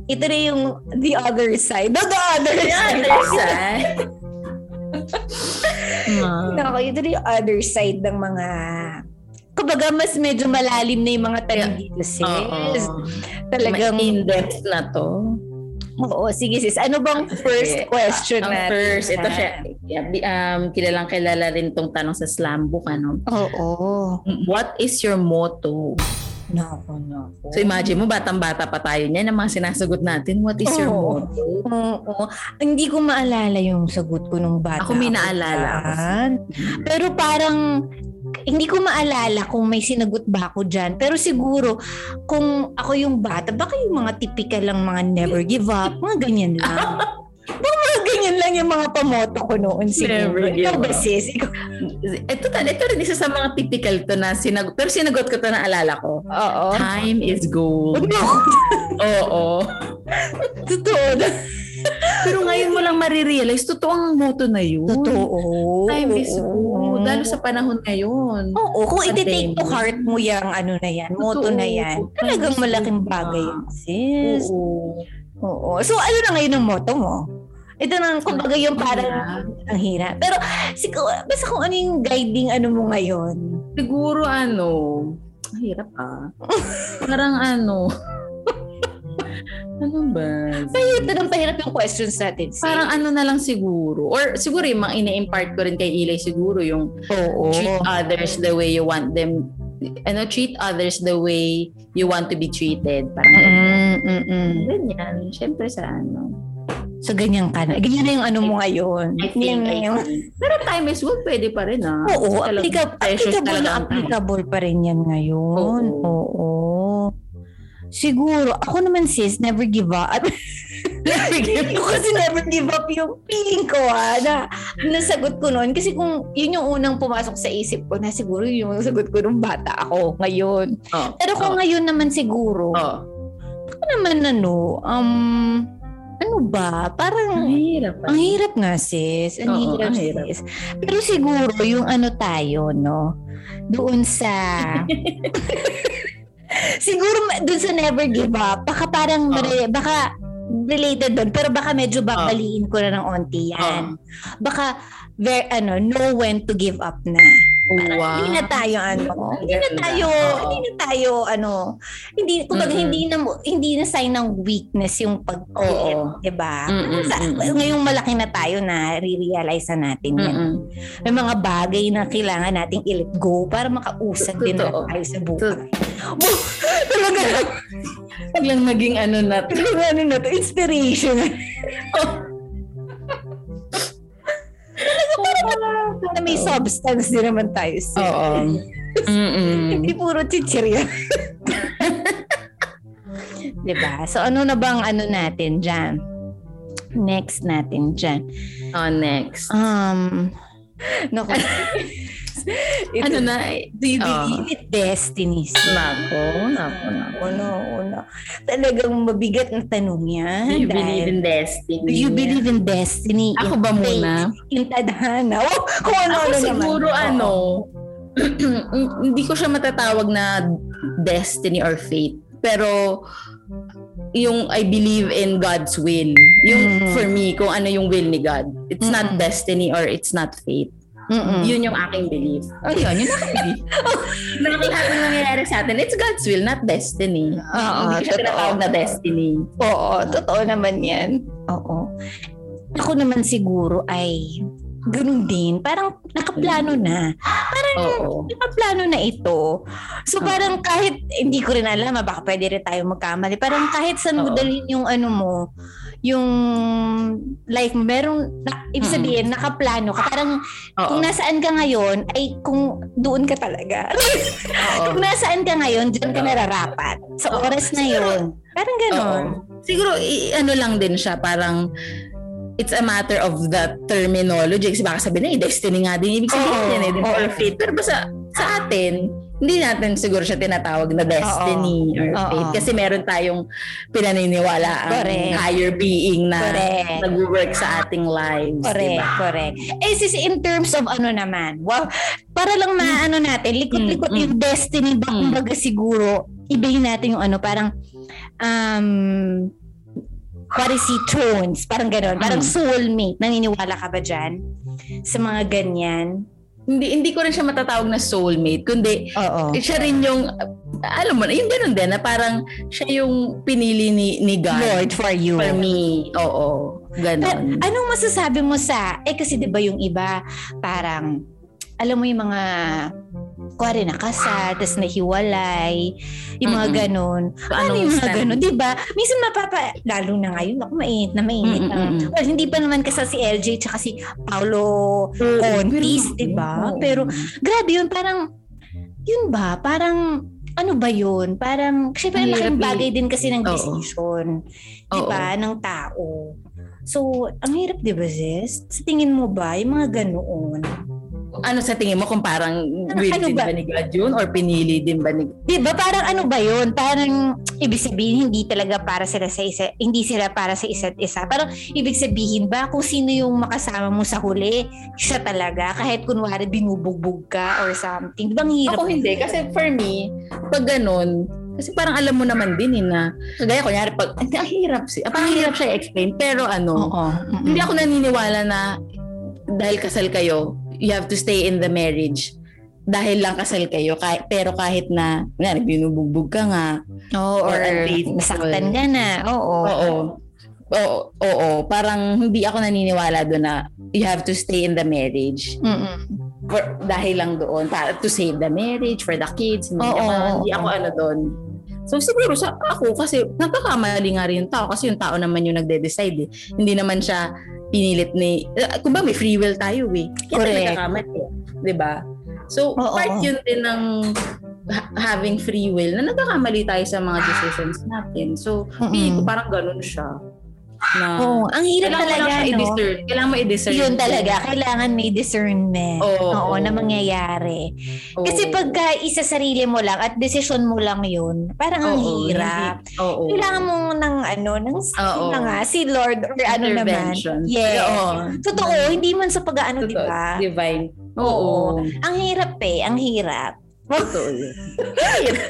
Speaker 1: 2. Ito na yung the other side. No, the other side.
Speaker 2: side. Ah.
Speaker 1: Nako, ito na yung other side ng mga... Kumbaga, mas medyo malalim na yung mga tanong dito, sis. Talagang,
Speaker 2: Talagang in-depth na to.
Speaker 1: oo, sige sis. Ano bang first
Speaker 2: Sige.
Speaker 1: question
Speaker 2: Ang
Speaker 1: natin?
Speaker 2: first, ito
Speaker 1: na-
Speaker 2: siya. yeah, bi- Um, kilalang kilala rin tong tanong sa slam book, ano?
Speaker 1: Oo.
Speaker 2: What is your motto?
Speaker 1: Nako, nako.
Speaker 2: So imagine mo, batang-bata pa tayo niyan, ang mga sinasagot natin, what is your
Speaker 1: Oo.
Speaker 2: motto?
Speaker 1: Oo. Hindi ko maalala yung sagot ko nung bata.
Speaker 2: Ako may naalala ako.
Speaker 1: dyan. Pero parang hindi ko maalala kung may sinagot ba ako dyan. Pero siguro, kung ako yung bata, baka yung mga typical lang mga never give up, mga ganyan lang. Baka mga ganyan lang yung mga pamoto ko noon siguro.
Speaker 2: Never give
Speaker 1: Ikaw ba
Speaker 2: up.
Speaker 1: sis? Ikaw?
Speaker 2: Ito, tal- ito rin isa sa mga typical to na sinagot, pero sinagot ko to na alala ko.
Speaker 1: Oo.
Speaker 2: Time is gold.
Speaker 1: Ano?
Speaker 2: Oo.
Speaker 1: Totoo.
Speaker 2: Pero ngayon mo lang marirealize, totoo ang motto na yun.
Speaker 1: Totoo.
Speaker 2: Time is
Speaker 1: Oo.
Speaker 2: gold. Lalo sa panahon ngayon.
Speaker 1: Oo, kung iti-take to
Speaker 2: Pandemic.
Speaker 1: heart mo yung ano na yan, moto
Speaker 2: Totoo.
Speaker 1: na yan, talagang
Speaker 2: Time is
Speaker 1: malaking
Speaker 2: gold
Speaker 1: bagay
Speaker 2: na.
Speaker 1: yun, sis.
Speaker 2: Oo.
Speaker 1: Oo. So, ano na ngayon ang moto mo? Ito na, kumbaga yung parang ang hirap. Pero, siguro, basta kung ano yung guiding ano mo ngayon.
Speaker 2: Siguro ano, mahirap ah. Parang ano, ano ba?
Speaker 1: Ito nang pahirap yung questions natin. sis.
Speaker 2: Parang ano na lang siguro. Or siguro yung mga ina-impart ko rin kay Ilay siguro yung
Speaker 1: oo.
Speaker 2: treat others the way you want them ano treat others the way you want to be treated parang
Speaker 1: Mm, mm, mm.
Speaker 2: ganyan syempre sa ano
Speaker 1: So, ganyan ka na. Ganyan na yung ano mo ngayon.
Speaker 2: I
Speaker 1: Ganyan
Speaker 2: think,
Speaker 1: na
Speaker 2: I
Speaker 1: yung...
Speaker 2: think. pero time is well pwede pa rin ah
Speaker 1: Oo,
Speaker 2: Talagang
Speaker 1: applicable,
Speaker 2: precious
Speaker 1: applicable na
Speaker 2: talaga ang time.
Speaker 1: applicable pa rin yan ngayon.
Speaker 2: Oo.
Speaker 1: Oo. Siguro, ako naman sis, never give up. never give up. kasi never give up yung feeling ko ha, na nasagot ko noon. Kasi kung yun yung unang pumasok sa isip ko na siguro yun yung sagot ko nung bata ako ngayon.
Speaker 2: Oo.
Speaker 1: Pero kung
Speaker 2: Oo.
Speaker 1: ngayon naman siguro,
Speaker 2: Oo.
Speaker 1: ako naman ano, um, ano ba? Parang,
Speaker 2: ang hirap ah.
Speaker 1: ang hirap nga sis. Ang
Speaker 2: Oo,
Speaker 1: hirap,
Speaker 2: ang hirap.
Speaker 1: sis. Pero siguro yung ano tayo, no? Doon sa... siguro ma- doon sa never give up. Baka parang...
Speaker 2: Oo.
Speaker 1: mare- baka related doon. Pero baka medyo babaliin ko na ng onti
Speaker 2: Oo.
Speaker 1: yan. Baka ver, ano, know when to give up na.
Speaker 2: Oh, wow
Speaker 1: Hindi na tayo ano. Hindi na
Speaker 2: Ganda.
Speaker 1: tayo,
Speaker 2: Ah. Oo.
Speaker 1: hindi na tayo ano. Hindi kumbaga
Speaker 2: Mm-mm.
Speaker 1: hindi na mo- hindi na sign ng weakness yung pag
Speaker 2: Oo.
Speaker 1: 'di ba?
Speaker 2: Mm-mm,
Speaker 1: Sa-
Speaker 2: mm-mm.
Speaker 1: Ngayong malaki na tayo na realize na natin yan.
Speaker 2: mm, Mm-mm.
Speaker 1: May mga bagay na kailangan nating i-let go para makausad din na
Speaker 2: Totoo.
Speaker 1: tayo sa buhay. Oh,
Speaker 2: Totoo.
Speaker 1: Talaga,
Speaker 2: Huwag lang naging ano na
Speaker 1: talaga ano na to, inspiration. Oh.
Speaker 2: Oh,
Speaker 1: na may
Speaker 2: Oo.
Speaker 1: substance din naman tayo. sis.
Speaker 2: oo Mm-mm.
Speaker 1: Hindi puro chichirya. diba? So ano na bang ano natin dyan? Next natin dyan.
Speaker 2: oh next
Speaker 1: Um, naku. Ito-
Speaker 2: ano na eh, di- di-
Speaker 1: Oh.
Speaker 2: di-
Speaker 1: Destiny.
Speaker 2: nako nako nako
Speaker 1: Ano, ano. Talagang mabigat na tanong yan.
Speaker 2: Do
Speaker 1: Ah,
Speaker 2: you
Speaker 1: dahil-
Speaker 2: believe in destiny?
Speaker 1: Do you believe in destiny?
Speaker 2: Ako
Speaker 1: in
Speaker 2: ba
Speaker 1: fate,
Speaker 2: muna?
Speaker 1: In tadhana? Oh, kung ano,
Speaker 2: Ako
Speaker 1: ano naman.
Speaker 2: siguro
Speaker 1: Oo.
Speaker 2: ano, hindi ko siya matatawag na destiny or fate. Pero yung I believe in God's will.
Speaker 1: Mhm.
Speaker 2: Yung for me, kung ano yung will ni God. It's
Speaker 1: Mhm.
Speaker 2: not destiny or it's not fate.
Speaker 1: Mm-mm.
Speaker 2: Yun yung aking belief. Mm. Ayun, yun aking belief. na lahat ng nangyayari sa atin, it's God's will, not destiny.
Speaker 1: Oo,
Speaker 2: hindi ko siya
Speaker 1: totoo.
Speaker 2: tinatawag na destiny.
Speaker 1: Oo, totoo naman yan. Oo. Ako naman siguro ay ganun din. Parang nakaplano na. Parang
Speaker 2: Oo.
Speaker 1: nakaplano na ito. So
Speaker 2: Oo.
Speaker 1: parang kahit, hindi ko rin alam, ah, baka pwede rin tayo magkamali. Parang kahit saan mo
Speaker 2: Oo.
Speaker 1: dalhin yung ano mo, yung life mo, merong, na, ibig
Speaker 2: Mm-mm.
Speaker 1: sabihin, nakaplano ka. Parang
Speaker 2: Oo.
Speaker 1: kung nasaan ka ngayon, ay kung doon ka talaga.
Speaker 2: Oo.
Speaker 1: kung nasaan ka ngayon, doon ka
Speaker 2: Oo.
Speaker 1: nararapat. Sa
Speaker 2: Oo.
Speaker 1: oras na
Speaker 2: Siguro-
Speaker 1: yun. Parang
Speaker 2: ano.
Speaker 1: ganun.
Speaker 2: Oo. Siguro, i- ano lang din siya, parang it's a matter of the terminology. Kasi baka sabihin na, eh, destiny nga din. Ibig sabihin
Speaker 1: Oo.
Speaker 2: din, eh, din
Speaker 1: Oo.
Speaker 2: or fate. Pero basta sa atin, hindi natin siguro siya tinatawag na destiny or
Speaker 1: Oo.
Speaker 2: fate. Kasi meron tayong pinaniniwala ang
Speaker 1: Correct.
Speaker 2: higher being na
Speaker 1: Correct.
Speaker 2: nag-work sa ating lives.
Speaker 1: Correct,
Speaker 2: diba?
Speaker 1: correct. Eh, sis, in terms of ano naman, wow, para lang maano natin, likot-likot
Speaker 2: Mm, mm.
Speaker 1: yung destiny ba,
Speaker 2: Mm.
Speaker 1: kumbaga siguro, ibahin natin yung ano, parang, um, Parisi Thrones, parang gano'n. Parang
Speaker 2: Mm.
Speaker 1: soulmate. Naniniwala ka ba dyan? Sa mga ganyan?
Speaker 2: Hindi, hindi ko rin siya matatawag na soulmate, kundi
Speaker 1: Oo.
Speaker 2: eh, siya rin yung, alam mo na, yung ganun din, na parang siya yung pinili ni, ni God.
Speaker 1: Lord for you.
Speaker 2: For me, oo.
Speaker 1: Pero,
Speaker 2: Ganon.
Speaker 1: anong masasabi mo sa, eh kasi di ba yung iba, parang, alam mo yung mga, kuwari nakasal, tas nahiwalay, yung mga
Speaker 2: Mm-mm.
Speaker 1: ganun. Ano
Speaker 2: anong
Speaker 1: yung mga
Speaker 2: stand?
Speaker 1: ganun, di ba? Minsan mapapa, lalo na ngayon, ako mainit na mainit.
Speaker 2: Mm, mm,
Speaker 1: ang-
Speaker 2: mm, mm.
Speaker 1: Well, hindi pa naman kasal si LJ tsaka si Paolo
Speaker 2: Oo,
Speaker 1: Contis,
Speaker 2: pero-
Speaker 1: di ba?
Speaker 2: oo.
Speaker 1: Pero grabe yun, parang, yun ba? Parang, ano ba yun? Parang, syempre, ang
Speaker 2: Ang
Speaker 1: laking
Speaker 2: hirap eh.
Speaker 1: bagay din kasi ng
Speaker 2: Oo.
Speaker 1: decision. Di
Speaker 2: Oo.
Speaker 1: ba? Ng tao. So, ang hirap, di ba, sis? Sa tingin mo ba, yung mga ganoon?
Speaker 2: ano sa tingin mo kung parang will
Speaker 1: Ano
Speaker 2: din
Speaker 1: ba?
Speaker 2: ba? ni God yun or pinili din ba ni
Speaker 1: Di ba, parang ano ba yun? Parang, ibig sabihin, hindi talaga para sila sa isa, hindi sila para sa isa't isa. Parang, ibig sabihin ba, kung sino yung makasama mo sa huli, siya talaga, kahit kunwari binubugbog ka or something. Di ba, ang hirap?
Speaker 2: Ako hindi kasi for me pag ganun kasi parang alam mo naman din eh na kagaya kunyari pag ang ang hirap si ah, parang hirap siya i-explain pero ano
Speaker 1: Oo.
Speaker 2: hindi ako naniniwala na dahil kasal kayo you have to stay in the marriage dahil lang kasal kayo kahit, pero kahit na kunyari, binubugbog ka nga
Speaker 1: Oo, or,
Speaker 2: Or unfaithful.
Speaker 1: nasaktan ka na. Oo.
Speaker 2: oo oo oo parang hindi ako naniniwala doon na you have to stay in the marriage
Speaker 1: Mm-mm.
Speaker 2: for, dahil lang doon para to save the marriage for the kids hindi,
Speaker 1: Oo,
Speaker 2: ako,
Speaker 1: oo,
Speaker 2: hindi ako
Speaker 1: oo.
Speaker 2: ano doon So siguro sa ako kasi nagkakamali nga rin yung tao kasi yung tao naman yung nagde-decide eh.
Speaker 1: Mm.
Speaker 2: Hindi naman siya pinilit ni eh, kumbaga may free will tayo eh. Kaya
Speaker 1: Correct.
Speaker 2: tayo nagkakamali, eh. 'di ba? So
Speaker 1: Oo, oo.
Speaker 2: part yun din ng ha- having free will na nagkakamali tayo sa mga decisions natin. So feeling ko
Speaker 1: Mm-mm.
Speaker 2: parang ganun siya. Na,
Speaker 1: Mm. Oo, ang hirap
Speaker 2: kailangan mo
Speaker 1: talaga,
Speaker 2: lang
Speaker 1: no?
Speaker 2: siya i-discern. Kailangan mo i-discern.
Speaker 1: Yun talaga, kailangan may discernment.
Speaker 2: Oo, oo.
Speaker 1: na mangyayari.
Speaker 2: Oo.
Speaker 1: Kasi pagka isa sarili mo lang at desisyon mo lang yun, parang ang
Speaker 2: Oo,
Speaker 1: hirap.
Speaker 2: hindi. Oo.
Speaker 1: Kailangan mo ng ano, ng
Speaker 2: Oo.
Speaker 1: na nga, si Lord or ano naman.
Speaker 2: Intervention.
Speaker 1: Yes.
Speaker 2: Oo.
Speaker 1: Totoo, hindi man sa pag-ano, di
Speaker 2: Totoo.
Speaker 1: ba?
Speaker 2: Divine. Oo.
Speaker 1: Oo. Ang hirap eh, ang hirap.
Speaker 2: Totoo yun.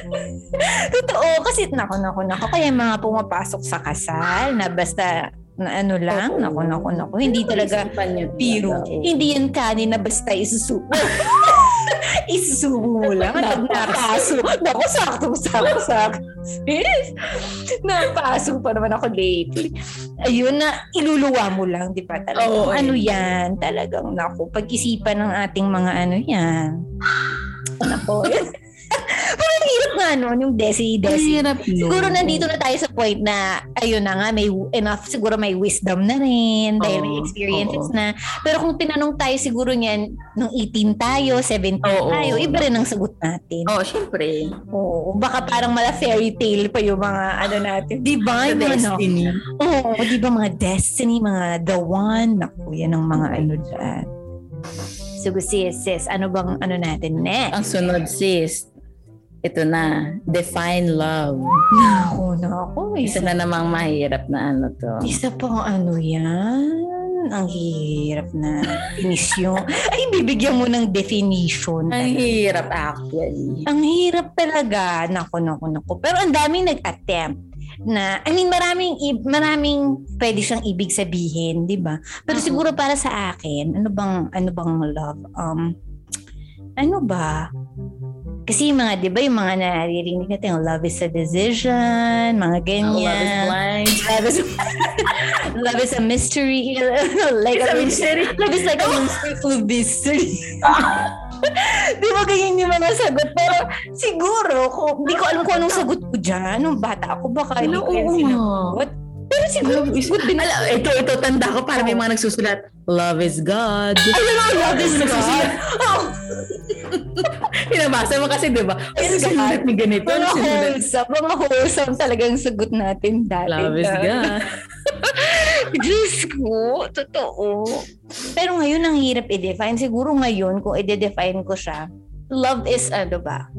Speaker 1: Totoo, kasi nako, nako, nako. Kaya yung mga pumapasok sa kasal na basta na ano lang,
Speaker 2: Oo.
Speaker 1: nako, nako, nako. Hindi talaga
Speaker 2: Pag-isipan niyo talaga.
Speaker 1: biro. Hindi yun kanin na basta isusubo. isusubo mo lang. At pag napaso, naku, sakto, sakto, sakto. Sis, napaso pa naman ako lately. Ayun na, iluluwa mo lang, di ba talaga?
Speaker 2: Oo.
Speaker 1: ano yan, talagang, naku, pag-isipan ng ating mga ano yan. Naku. Parang ang hirap nga nun, yung desi-desi.
Speaker 2: hirap yun.
Speaker 1: Siguro nandito na tayo sa point na ayun na nga may enough siguro may wisdom na rin dahil may
Speaker 2: Oo,
Speaker 1: experiences
Speaker 2: oo.
Speaker 1: na. Pero kung tinanong tayo siguro niyan nung 18 tayo, 17
Speaker 2: Oo.
Speaker 1: tayo, iba rin ang sagot natin.
Speaker 2: Oo, oh, syempre.
Speaker 1: Oo, baka parang mala fairy tale pa yung mga ano natin. Di ba?
Speaker 2: The
Speaker 1: Yung mga-
Speaker 2: destiny.
Speaker 1: Oo, di ba mga destiny, mga the one. Naku, yan ang mga ano dyan. So, sis, sis, ano bang ano natin next?
Speaker 2: Ang sunod, sis. Ito na. Define love.
Speaker 1: Naku, naku.
Speaker 2: Isa na namang mahirap na ano to.
Speaker 1: Isa pang ano yan? Ang hirap na definisyon. Ay, bibigyan mo ng definition.
Speaker 2: Ang hirap actually.
Speaker 1: Ang hirap talaga. Naku, naku, naku. Pero ang daming nag-attempt na, I mean, maraming, i- maraming pwede siyang ibig sabihin, di ba? Pero
Speaker 2: Mm-mm.
Speaker 1: siguro para sa akin, ano bang, ano bang love? Um, ano ba? Kasi yung mga, di ba, yung mga naririnig natin, love is a decision, mga
Speaker 2: Love
Speaker 1: ganyan.
Speaker 2: is blind.
Speaker 1: Love is, love is a mystery. like a
Speaker 2: It's a
Speaker 1: mystery.
Speaker 2: mystery.
Speaker 1: Love is like a mystery full of mystery. di ba ganyan yung mga sagot? Pero siguro, ko, di ko alam kung anong sagot ko dyan. Nung bata ako, baka hindi ko yan sinagot. Pero siguro,
Speaker 2: Love is good. Alam, ito, ito, tanda ko. Para may mga nagsusulat. Love is God.
Speaker 1: ayun ang Oh, love is God. Oh,
Speaker 2: Pinabasa mo kasi, di ba? Ano
Speaker 1: Is God.
Speaker 2: sinulat ni ganito? Ano
Speaker 1: mga
Speaker 2: sinulat?
Speaker 1: wholesome, mga wholesome talagang sagot natin dati.
Speaker 2: Love is
Speaker 1: na.
Speaker 2: God.
Speaker 1: Diyos ko, totoo. Pero ngayon, ang hirap i-define. Siguro ngayon, kung i-define ko siya, love is ano ba?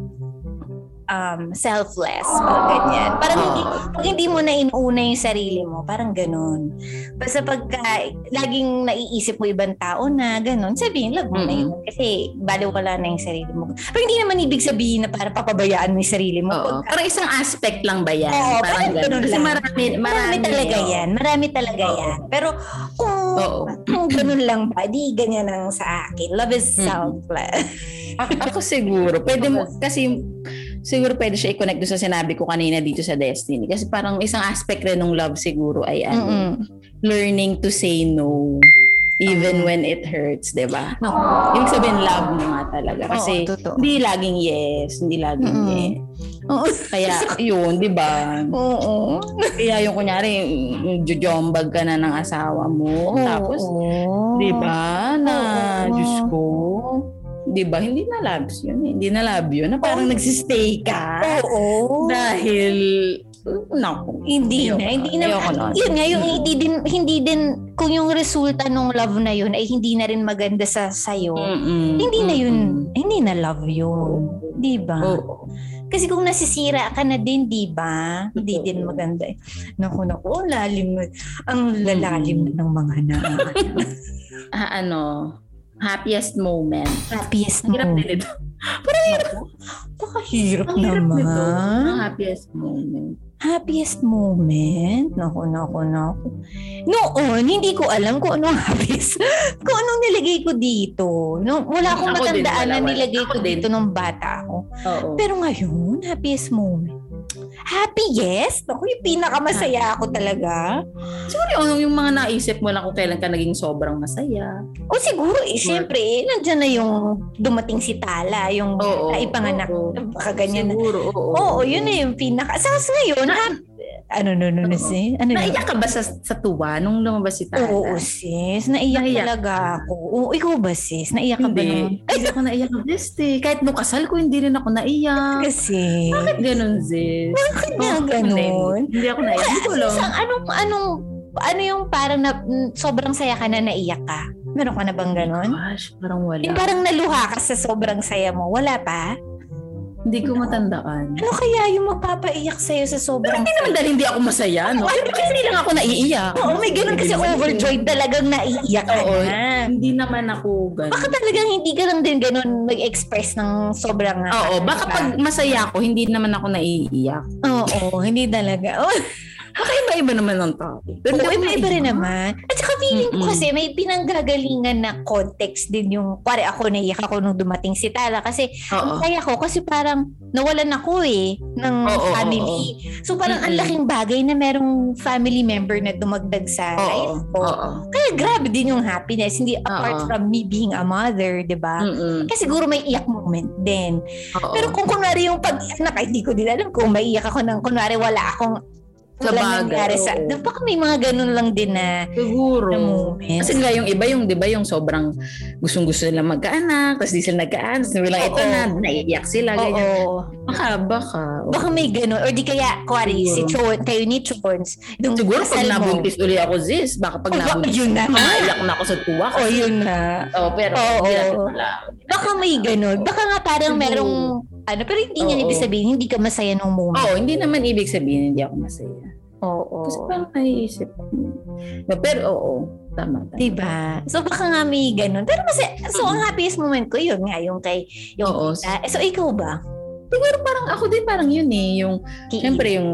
Speaker 1: Um, selfless. Parang ganyan. Parang hindi, pag hindi mo na inuuna yung sarili mo, parang ganun. Basta pagka laging naiisip mo ibang tao na ganun, sabihin, love mo na yun. Kasi baliw wala na yung sarili mo. Pero hindi naman ibig sabihin na para papabayaan mo yung sarili mo.
Speaker 2: Oo.
Speaker 1: Pagka-
Speaker 2: Parang isang aspect lang ba yan?
Speaker 1: Oo, parang
Speaker 2: parang
Speaker 1: ganun
Speaker 2: ganun. Kasi
Speaker 1: lang.
Speaker 2: marami, marami,
Speaker 1: Marami talaga
Speaker 2: yun.
Speaker 1: yan. Marami talaga
Speaker 2: Oo.
Speaker 1: yan. Pero kung,
Speaker 2: Oo.
Speaker 1: kung ganun lang ba, di ganyan ang sa akin. Love is
Speaker 2: Mm.
Speaker 1: selfless.
Speaker 2: Ako, ako siguro, pwede mo, kasi siguro pwede siya i-connect doon sa sinabi ko kanina dito sa destiny. Kasi parang isang aspect rin ng love siguro ay ano, learning to say no even when it hurts, di ba?
Speaker 1: No.
Speaker 2: Yung sabihin love mo nga talaga. Kasi
Speaker 1: totoo.
Speaker 2: hindi laging yes, hindi laging
Speaker 1: Mm-mm.
Speaker 2: yes.
Speaker 1: Oo.
Speaker 2: Kaya yun, di ba?
Speaker 1: Oo.
Speaker 2: Kaya yung kunyari, mm, jojombag ka na ng asawa mo.
Speaker 1: Oo.
Speaker 2: Tapos, Di ba? Na,
Speaker 1: Oo.
Speaker 2: Diyos ko. Di ba? Hindi na labs yun. eh. Hindi na lab yun. Na parang
Speaker 1: Oo.
Speaker 2: nagsistay ka.
Speaker 1: Oo.
Speaker 2: Dahil, naku.
Speaker 1: Hindi
Speaker 2: Ayoko
Speaker 1: na, hindi na.
Speaker 2: Ayoko na.
Speaker 1: Yun nga, yung hindi din, hindi din, kung yung resulta ng love na yun ay hindi na rin maganda sa sayo,
Speaker 2: Mm-mm.
Speaker 1: hindi na yun, Ah.
Speaker 2: Mm. Mm-mm.
Speaker 1: hindi na love yun. Di ba?
Speaker 2: Oo.
Speaker 1: Kasi kung nasisira ka na din, di ba? Hindi din
Speaker 2: Totoo.
Speaker 1: maganda. eh. Naku, naku, ang lalim. na- Ang
Speaker 2: Mm.
Speaker 1: lalalim na ng mga na.
Speaker 2: Ah, ano, happiest moment.
Speaker 1: Happiest
Speaker 2: Ang hirap
Speaker 1: mo.
Speaker 2: din ito.
Speaker 1: Pakahirap
Speaker 2: Ang hirap nito. Ang
Speaker 1: naman.
Speaker 2: happiest moment.
Speaker 1: happiest moment? Naku, naku, naku. Noon, hindi ko alam kung anong happiest. kung anong nilagay ko dito. No, wala akong
Speaker 2: Ako din,
Speaker 1: matandaan na
Speaker 2: wala, wala.
Speaker 1: nilagay
Speaker 2: Ako
Speaker 1: ko
Speaker 2: din.
Speaker 1: dito nung bata ako.
Speaker 2: Oo.
Speaker 1: Pero ngayon, happiest moment. Happiest? Naku, yung pinakamasaya ako talaga.
Speaker 2: Siguro yung, yung mga naisip mo lang kung kailan ka naging sobrang masaya.
Speaker 1: O siguro, eh, syempre, eh, nandyan na yung dumating si Tala, yung
Speaker 2: Oo.
Speaker 1: naipanganak.
Speaker 2: oo.
Speaker 1: Baka ganyan na.
Speaker 2: Siguro, oo.
Speaker 1: Oo, yun eh. na yung pinaka. Sa sa ngayon,
Speaker 2: Na-
Speaker 1: hap- ano, no, no, no,
Speaker 2: Oo.
Speaker 1: si? Ano yun?
Speaker 2: Naiyak ka ba sa, sa tuwa nung lumabas si Tata?
Speaker 1: Oo, sis. Naiyak,
Speaker 2: Naiyak
Speaker 1: talaga ako. Oo, ikaw ba, sis? Naiyak ka ba nun?
Speaker 2: Hindi. Hindi ako naiyak best eh. Kahit nung kasal ko, hindi rin ako naiyak.
Speaker 1: Kasi,
Speaker 2: Bakit ganun, sis?
Speaker 1: bakit na
Speaker 2: Oo,
Speaker 1: ganun?
Speaker 2: Hindi ako naiyak. Hindi ko alam.
Speaker 1: Isang anong, anong, ano yung parang na, mm, sobrang saya ka na naiyak ka? Meron ka na bang ganun?
Speaker 2: Gosh, parang wala.
Speaker 1: Yung parang naluha ka sa sobrang saya mo. Wala pa?
Speaker 2: Hindi ko matandaan.
Speaker 1: Ano kaya yung magpapaiyak sa'yo sa sobrang
Speaker 2: Hindi naman dahil hindi ako masaya, no? Pero kasi hindi lang ako naiiyak.
Speaker 1: Oo, may ganun kasi overjoyed talagang naiiyak ka
Speaker 2: Oo.
Speaker 1: na.
Speaker 2: Hindi naman ako ganun.
Speaker 1: Baka talagang hindi ka lang din ganun mag-express ng sobrang...
Speaker 2: Oo, baka
Speaker 1: Diba?
Speaker 2: pag masaya ako, hindi naman ako naiiyak.
Speaker 1: Oo, hindi talaga. Oo,
Speaker 2: Baka iba-iba naman ang tao. Pero
Speaker 1: Oo,
Speaker 2: ako
Speaker 1: iba-iba rin
Speaker 2: naiiyak.
Speaker 1: naman. At saka feeling ko
Speaker 2: Mm-mm.
Speaker 1: kasi may pinanggagalingan na context din yung... Pare ako, naiyak ako nung dumating si Tala kasi
Speaker 2: Oo.
Speaker 1: kaya ko kasi parang nawalan ako eh ng
Speaker 2: Oo,
Speaker 1: family. So parang ang
Speaker 2: Mm-mm.
Speaker 1: laking bagay na merong family member na dumagdag sa
Speaker 2: Oo.
Speaker 1: life ko.
Speaker 2: Oo.
Speaker 1: Kaya grabe din yung happiness. Hindi apart
Speaker 2: Oo.
Speaker 1: from me being a mother, di ba?
Speaker 2: Mm-mm.
Speaker 1: Kasi siguro may iyak moment din.
Speaker 2: Oo.
Speaker 1: Pero kung kunwari yung pag anak, hindi ko din alam kung maiiyak ako ng kunwari wala akong
Speaker 2: Sa
Speaker 1: wala
Speaker 2: bagay,
Speaker 1: nangyari sa...
Speaker 2: oo.
Speaker 1: Baka may mga ganun lang din na,
Speaker 2: Siguro.
Speaker 1: na moments.
Speaker 2: Kasi nga yung iba yung, di ba, yung sobrang gustong-gusto nila magkaanak, tapos di sila nagkaan, tapos nilang ito
Speaker 1: Oo.
Speaker 2: na, naiiyak sila, ganyan.
Speaker 1: Oo.
Speaker 2: Baka, baka.
Speaker 1: Baka may ganun. Or di kaya, kuwari,
Speaker 2: Siguro.
Speaker 1: si Chon, kayo ni Chons, yung
Speaker 2: Siguro
Speaker 1: kasal
Speaker 2: pag
Speaker 1: mo.
Speaker 2: nabuntis uli ako, sis, baka pag
Speaker 1: Oh, ba-
Speaker 2: nabuntis, Ah.
Speaker 1: yun na.
Speaker 2: mamaiyak na ako sa tuwa.
Speaker 1: O, yun na.
Speaker 2: Oh, pero
Speaker 1: Oo.
Speaker 2: hindi natin wala.
Speaker 1: Baka may ganun. Baka nga parang
Speaker 2: Siguro.
Speaker 1: merong, ano, pero hindi niya
Speaker 2: Oo.
Speaker 1: ibig sabihin, hindi ka masaya nung moment.
Speaker 2: Oo, hindi naman ibig sabihin hindi ako masaya.
Speaker 1: Oo.
Speaker 2: Kasi parang naiisip ko. No, pero oo, tama. tama.
Speaker 1: Diba? So baka nga may ganun. Pero kasi, so ang happiest moment ko yun nga, yung kay, yung
Speaker 2: Oo.
Speaker 1: Ah, so ikaw ba?
Speaker 2: Siguro parang ako din parang yun eh, yung
Speaker 1: Kay
Speaker 2: Siyempre yung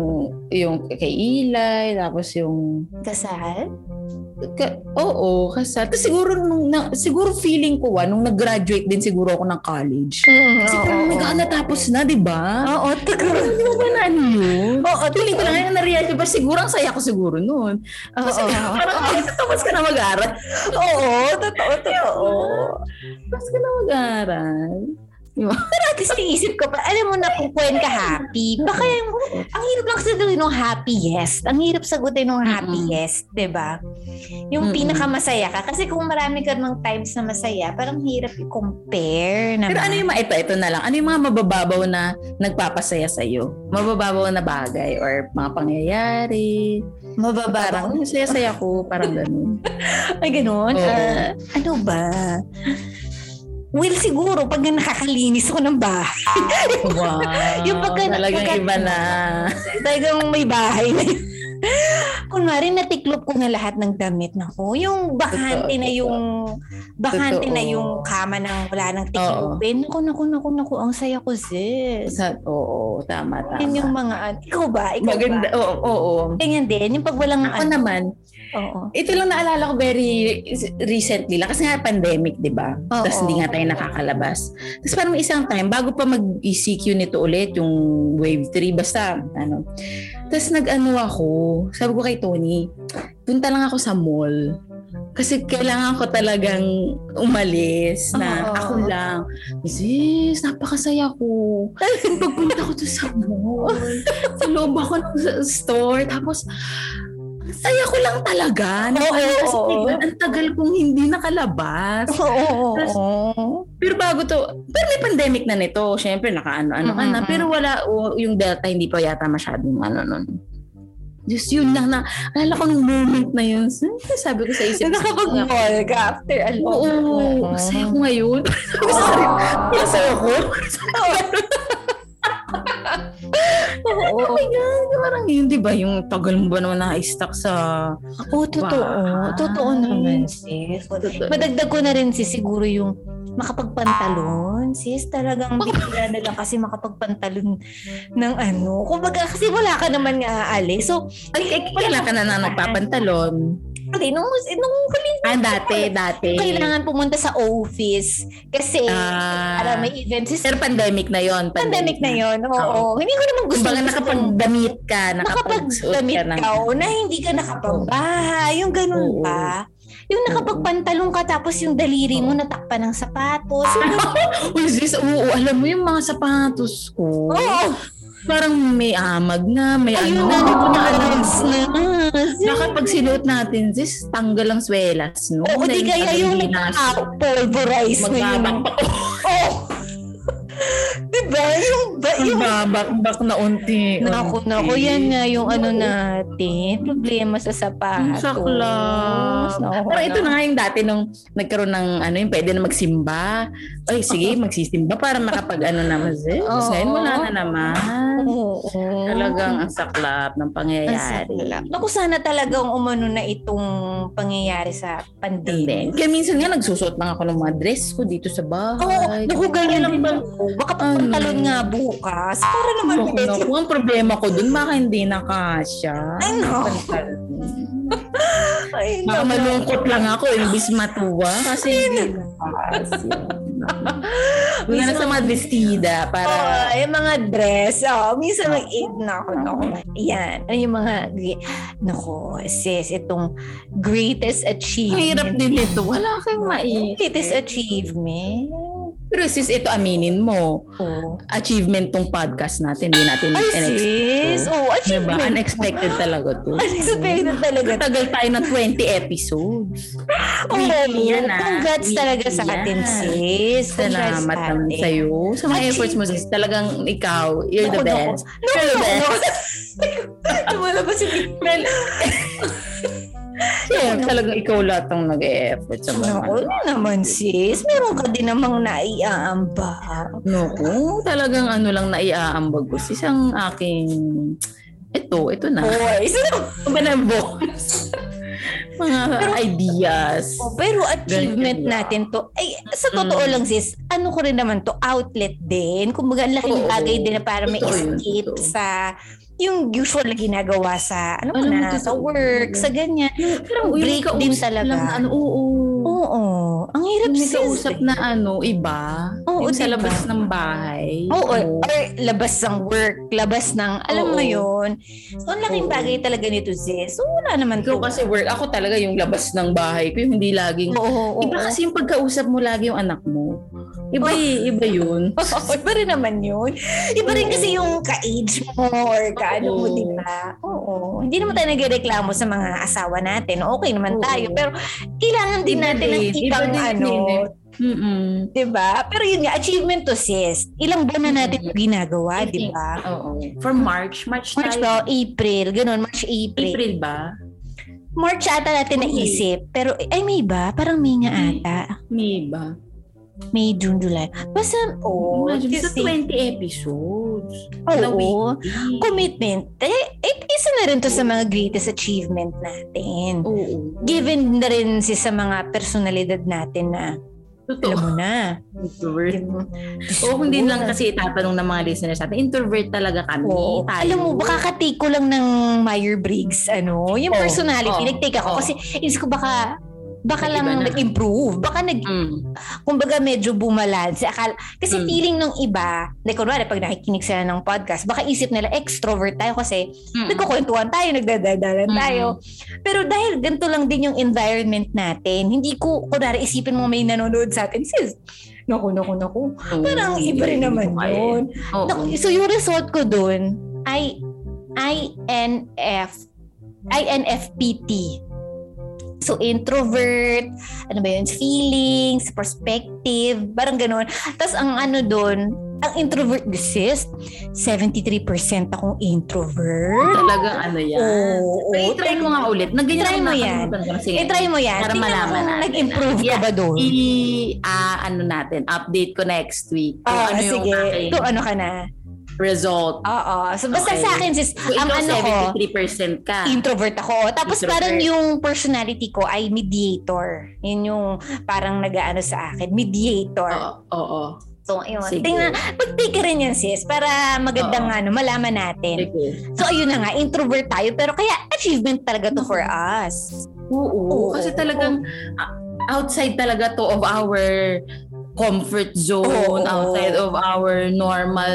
Speaker 2: yung kay Eli, tapos yung
Speaker 1: Kasal?
Speaker 2: ka, oo, kasal. Tapos siguro nung na, siguro feeling ko ah, nung nag-graduate din siguro ako ng college.
Speaker 1: Mm,
Speaker 2: Kasi parang nagka- natapos na, 'di ba?
Speaker 1: Oo,
Speaker 2: Pero
Speaker 1: tigro.
Speaker 2: Hindi mo ba na ano yun?
Speaker 1: Oo,
Speaker 2: Feeling ko lang ngayon na-realize ko, pero siguro ang saya ko siguro noon. Kasi
Speaker 1: Oo.
Speaker 2: parang ah, kahit tapos ka na mag-aral.
Speaker 1: Oo, totoo, totoo.
Speaker 2: Tapos ka na mag-aral.
Speaker 1: Pero at least naisip ko pa, alam mo na kung kwen ka happy, baka yung, ang hirap lang sagutin ng happiest. Ang hirap sagutin ng happiest, di ba? Yung
Speaker 2: Mm-mm.
Speaker 1: pinakamasaya ka. Kasi kung marami ka ng times na masaya, parang hirap i-compare naman.
Speaker 2: Pero ano yung mga ito, ito na lang. Ano yung mga mabababaw na nagpapasaya sa'yo? Mabababaw na bagay or mga pangyayari?
Speaker 1: Mababarang.
Speaker 2: Parang, "Ang saya-saya ko. Parang ganun.
Speaker 1: Ay, ganun?
Speaker 2: Oo.
Speaker 1: Ah, ano ba? Well, siguro, pag nakakalinis ko ng bahay,
Speaker 2: Wow.
Speaker 1: Yung pagka-
Speaker 2: Talagang
Speaker 1: pagka-
Speaker 2: iba na.
Speaker 1: talagang may bahay na yun. Kunwari, natiklop ko na lahat ng damit na ko. Yung bakante
Speaker 2: Totoo,
Speaker 1: na
Speaker 2: totoo.
Speaker 1: yung, bakante
Speaker 2: Totoo.
Speaker 1: na yung kama nang wala nang tiklopin. Naku, naku, naku, naku, ang saya ko, sis.
Speaker 2: Sa, oo, tama, tama.
Speaker 1: Yan yung mga, an- ikaw ba? Ikaw
Speaker 2: Maganda.
Speaker 1: ba?
Speaker 2: Oo, oo.
Speaker 1: Ganyan din, yung pag walang,
Speaker 2: Ako
Speaker 1: ano,
Speaker 2: naman,
Speaker 1: oo.
Speaker 2: ito lang naalala ko very recently lang. Kasi nga pandemic, di ba?
Speaker 1: Oo.
Speaker 2: Tapos hindi nga tayo nakakalabas. Tapos parang may isang time, bago pa mag-ECQ nito ulit, yung wave 3, basta ano. Tapos nag-ano ako, sabi ko kay Tony, punta lang ako sa mall. Kasi kailangan ko talagang umalis na
Speaker 1: Oo.
Speaker 2: ako lang. Sis, napakasaya ko. Yung Pagpunta ko to sa mall. sa loob ako ng s- store. Tapos, ang saya ko lang talaga. Na
Speaker 1: Oo,
Speaker 2: parang kasi
Speaker 1: oo.
Speaker 2: bigla, ang tagal kong hindi nakalabas.
Speaker 1: Oo, oo,
Speaker 2: Tapos,
Speaker 1: oo.
Speaker 2: Pero bago to, pero may pandemic na nito. Siyempre, nakaano-ano ka na.
Speaker 1: Mhm.
Speaker 2: Pero wala, o, yung delta hindi pa yata masyadong ano nun. Just yun lang na, alala ko nung moment na yun. hmm, Sabi ko sa isip.
Speaker 1: Nakakag-mall ka after a long
Speaker 2: Oo,
Speaker 1: Oo.
Speaker 2: ang saya ko ngayon. Sabi ko sa sarili, ang saya ko.
Speaker 1: Oo.
Speaker 2: Oh my God, parang yun, di ba? Yung tagal mo ba naman na-stuck sa...
Speaker 1: Oo, totoo.
Speaker 2: Wow.
Speaker 1: Totoo naman, sis. Madagdag ko na rin si siguro yung makapagpantalon. Sis, talagang bigla na lang kasi makapagpantalon ng ano. Kumbaga, kasi wala ka naman nga aalis. So,
Speaker 2: Ay, ay, kailan ka na na nagpapantalon?
Speaker 1: hindi, nung, nung huling
Speaker 2: Ah, dati, dati.
Speaker 1: kailangan pumunta sa office kasi
Speaker 2: Ah.
Speaker 1: para may event. Sis,
Speaker 2: Pero pandemic na yon
Speaker 1: pandemic na yon. Oo. Hindi ko naman gusto.
Speaker 2: Kumbaga nakapagdamit ka, nakapagsuot
Speaker 1: nakapagdamit
Speaker 2: ka ng...
Speaker 1: ka o na hindi ka nakapagbahay. Yung ganun
Speaker 2: Oo.
Speaker 1: ba? Yung nakapagpantalon ka tapos yung daliri mo natakpan ng sapatos. Yung ganun.
Speaker 2: Uy, sis, oo, alam mo yung mga sapatos ko.
Speaker 1: Oo.
Speaker 2: Parang may amag na,
Speaker 1: Oh.
Speaker 2: may
Speaker 1: Ayun
Speaker 2: ano.
Speaker 1: na, nagpapaalis na.
Speaker 2: Nakapagsinuot natin, sis, tanggal ang swelas, no?
Speaker 1: Oo, di
Speaker 2: Dahil
Speaker 1: kaya yung
Speaker 2: hindi na-
Speaker 1: nag-pulverize na yun.
Speaker 2: Magbabak,
Speaker 1: Oo. Diba? Yung, ba, yung
Speaker 2: magbabak bak na unti.
Speaker 1: Naku, naku, yan nga yung ano natin. Problema sa sapatos.
Speaker 2: Sakla.
Speaker 1: Naku,
Speaker 2: Pero ito
Speaker 1: naku.
Speaker 2: na nga yung dati nung nagkaroon ng ano yung pwede na magsimba. Ay, sige, magsisimba para makapag ano naman. Eh.
Speaker 1: Oo.
Speaker 2: Tapos ngayon wala na naman.
Speaker 1: Oo.
Speaker 2: Talagang ang saklap ng
Speaker 1: Ang
Speaker 2: pangyayari.
Speaker 1: saklap. Naku, sana talagang umano na itong pangyayari sa pandemic.
Speaker 2: Kaya minsan nga nagsusuot lang ako ng mga dress ko dito sa
Speaker 1: Oo,
Speaker 2: bahay.
Speaker 1: naku, ganyan
Speaker 2: Alam
Speaker 1: din
Speaker 2: ba-
Speaker 1: ako. Baka pantalon nga bukas. Para naman
Speaker 2: Naku,
Speaker 1: medyo.
Speaker 2: naku, ang problema ko dun, baka hindi nakasya.
Speaker 1: Ay, naku. Ay,
Speaker 2: Baka
Speaker 1: naku.
Speaker 2: malungkot lang ako, imbis matuwa. Kasi hindi Wala na sa mga bestida para...
Speaker 1: Oo, yung mga dress. Oh, minsan mag-aid na ako. Naku. Yan. Ano yung mga... Naku, sis, itong greatest
Speaker 2: Ang
Speaker 1: achievement.
Speaker 2: hirap din ito. Wala kang mai.
Speaker 1: Greatest achievement.
Speaker 2: Pero sis, ito aminin mo.
Speaker 1: Oh.
Speaker 2: Achievement tong podcast natin. Hindi natin
Speaker 1: Ay,
Speaker 2: in-expect.
Speaker 1: sis! Oo, oh,
Speaker 2: Diba?
Speaker 1: achievement.
Speaker 2: Unexpected talaga to.
Speaker 1: Unexpected talaga.
Speaker 2: Tagal tayo ng 20 episodes.
Speaker 1: Oo,
Speaker 2: Weekly yan, ah.
Speaker 1: congrats
Speaker 2: Weekly
Speaker 1: talaga sa
Speaker 2: yan.
Speaker 1: atin, sis. Congrats
Speaker 2: Salamat
Speaker 1: sa
Speaker 2: naman
Speaker 1: atin.
Speaker 2: sa'yo. Sa mga
Speaker 1: Achievement.
Speaker 2: efforts mo sis, talagang ikaw, you're the
Speaker 1: Naku, naku.
Speaker 2: best.
Speaker 1: No,
Speaker 2: You're the
Speaker 1: no,
Speaker 2: best.
Speaker 1: no. Lumalabas yung
Speaker 2: Well, yeah, talagang ikaw lahat ang nag-e-effort sa mga.
Speaker 1: Naku, ano naman sis. Meron ka din namang naiaamba.
Speaker 2: Naku, talagang ano lang naiaambag ko. Sis, ang aking... Ito, ito na.
Speaker 1: Boy, sino?
Speaker 2: Ano ba na books? Mga ideas.
Speaker 1: Oh, pero achievement
Speaker 2: Ganyan lang.
Speaker 1: natin to. Ay, sa totoo
Speaker 2: Mm.
Speaker 1: lang sis, ano ko rin naman to, outlet din. Kumbaga, ang laking
Speaker 2: Oo.
Speaker 1: bagay din na para may
Speaker 2: Totoo yun,
Speaker 1: escape
Speaker 2: totoo.
Speaker 1: sa yung usual na ginagawa sa, ano mo
Speaker 2: Alam mo,
Speaker 1: na, sa
Speaker 2: totoo.
Speaker 1: work, sa ganyan. Parang break
Speaker 2: yung
Speaker 1: din
Speaker 2: kausap
Speaker 1: talaga.
Speaker 2: lang na ano, oo, oo.
Speaker 1: Oo, ang hirap
Speaker 2: Yung may
Speaker 1: sis. eh.
Speaker 2: kausap na ano, iba.
Speaker 1: Oo,
Speaker 2: yung sa
Speaker 1: diba?
Speaker 2: labas ng bahay.
Speaker 1: Oo, eh, or, or labas ng work, labas ng, alam mo
Speaker 2: Oo.
Speaker 1: yun. So, ang laking
Speaker 2: Oo.
Speaker 1: bagay talaga nito sis. So, wala naman to.
Speaker 2: Ikaw kasi work. Ako talaga yung labas ng bahay ko, yung hindi laging...
Speaker 1: Oo, oo,
Speaker 2: Iba
Speaker 1: oo.
Speaker 2: kasi yung pagkausap mo lagi yung anak mo. Iba, eh, iba yun.
Speaker 1: Oo, iba rin naman yun. Iba rin kasi yung ka-age mo or ka-ano mo,
Speaker 2: Oo.
Speaker 1: di ba? Oo. Hindi naman tayo nagreklamo sa mga asawa natin. Okay naman
Speaker 2: Oo.
Speaker 1: tayo. Pero kailangan din
Speaker 2: Iba
Speaker 1: natin ng
Speaker 2: din. eh, Iba
Speaker 1: ibang
Speaker 2: din
Speaker 1: ano.
Speaker 2: yun eh. Mm-mm.
Speaker 1: Di ba? Pero yun nga, achievement to sis. Ilang buwan na natin
Speaker 2: Mm.
Speaker 1: ito ginagawa, di ba?
Speaker 2: Oo. For March. March,
Speaker 1: Diba, March
Speaker 2: tayo.
Speaker 1: ba? April. Ganun, March, April.
Speaker 2: April ba?
Speaker 1: March ata natin
Speaker 2: Okay.
Speaker 1: naisip. Pero, ay may ba? Parang may nga
Speaker 2: May.
Speaker 1: ata.
Speaker 2: May ba?
Speaker 1: May, June, July. Basta, oh,
Speaker 2: Imagine,
Speaker 1: just
Speaker 2: sa 20 episodes. na
Speaker 1: Oo.
Speaker 2: weekly.
Speaker 1: commitment, eh, it, isa na rin to sa mga greatest achievement natin.
Speaker 2: Oo.
Speaker 1: Given na rin si sa mga personalidad natin na, alam
Speaker 2: Totoo.
Speaker 1: mo na.
Speaker 2: Introvert.
Speaker 1: Diyos
Speaker 2: Oh. Oo, kung
Speaker 1: ko.
Speaker 2: din lang kasi itatanong ng mga listeners natin, introvert talaga kami.
Speaker 1: Oo.
Speaker 2: Tayo.
Speaker 1: Alam mo, baka katake ko lang ng Meyer-Briggs, ano, yung
Speaker 2: Oo.
Speaker 1: personality,
Speaker 2: Oo.
Speaker 1: nag-take ako
Speaker 2: Oo.
Speaker 1: kasi is ko baka baka
Speaker 2: Nag-iba
Speaker 1: lang
Speaker 2: na.
Speaker 1: nag-improve. Baka nag,
Speaker 2: Mm.
Speaker 1: kumbaga medyo bumalanse. Akala, kasi
Speaker 2: Mm.
Speaker 1: feeling ng iba, like kunwari pag nakikinig sila ng podcast, baka isip nila extrovert tayo kasi
Speaker 2: Mm.
Speaker 1: nagkukwentuhan tayo, nagdadadalan
Speaker 2: Mm.
Speaker 1: tayo. Pero dahil ganito lang din yung environment natin, hindi ko, kunwari isipin mo may nanonood sa atin, sis, naku, naku, naku.
Speaker 2: Oo.
Speaker 1: Parang iba rin naman
Speaker 2: Okay.
Speaker 1: yun.
Speaker 2: Oo.
Speaker 1: Naku, so yung result ko dun, I, INF, INFPT. So introvert, ano ba yun, feelings, perspective, parang ganun. Tapos ang ano dun, ang introvert sis, 73% akong introvert.
Speaker 2: Talagang ano yan.
Speaker 1: Oo.
Speaker 2: Pero try mo nga ulit. Na ganyan
Speaker 1: Try
Speaker 2: ako
Speaker 1: mo yan.
Speaker 2: nakalimutan ko. Sige.
Speaker 1: Eh, try mo yan.
Speaker 2: Para
Speaker 1: Tingnan
Speaker 2: malaman
Speaker 1: kung
Speaker 2: natin.
Speaker 1: nag-improve ka
Speaker 2: Yeah.
Speaker 1: ba doon.
Speaker 2: I, ah, ano natin, update ko next week. Kung
Speaker 1: Ah,
Speaker 2: ano yung
Speaker 1: sige.
Speaker 2: aking
Speaker 1: Kung ano ka na.
Speaker 2: result.
Speaker 1: Oo. So basta
Speaker 2: Okay.
Speaker 1: sa akin sis,
Speaker 2: Kung
Speaker 1: ang
Speaker 2: ikaw
Speaker 1: ano ko,
Speaker 2: 73% ka.
Speaker 1: introvert ako. Tapos
Speaker 2: Ah. Introvert.
Speaker 1: parang yung personality ko ay mediator. Yun yung parang nag-ano sa akin, mediator.
Speaker 2: Oo, oo.
Speaker 1: So ayun.
Speaker 2: Sige.
Speaker 1: Tingnan, pag-take ka rin yan sis para magandang
Speaker 2: Oo.
Speaker 1: ano, malaman natin.
Speaker 2: Sige.
Speaker 1: So ayun na nga, introvert tayo pero kaya achievement talaga to for
Speaker 2: Mm-hmm.
Speaker 1: us.
Speaker 2: Oo,
Speaker 1: Oo.
Speaker 2: kasi talagang ah, outside talaga to of our comfort
Speaker 1: Oo.
Speaker 2: zone, outside of our normal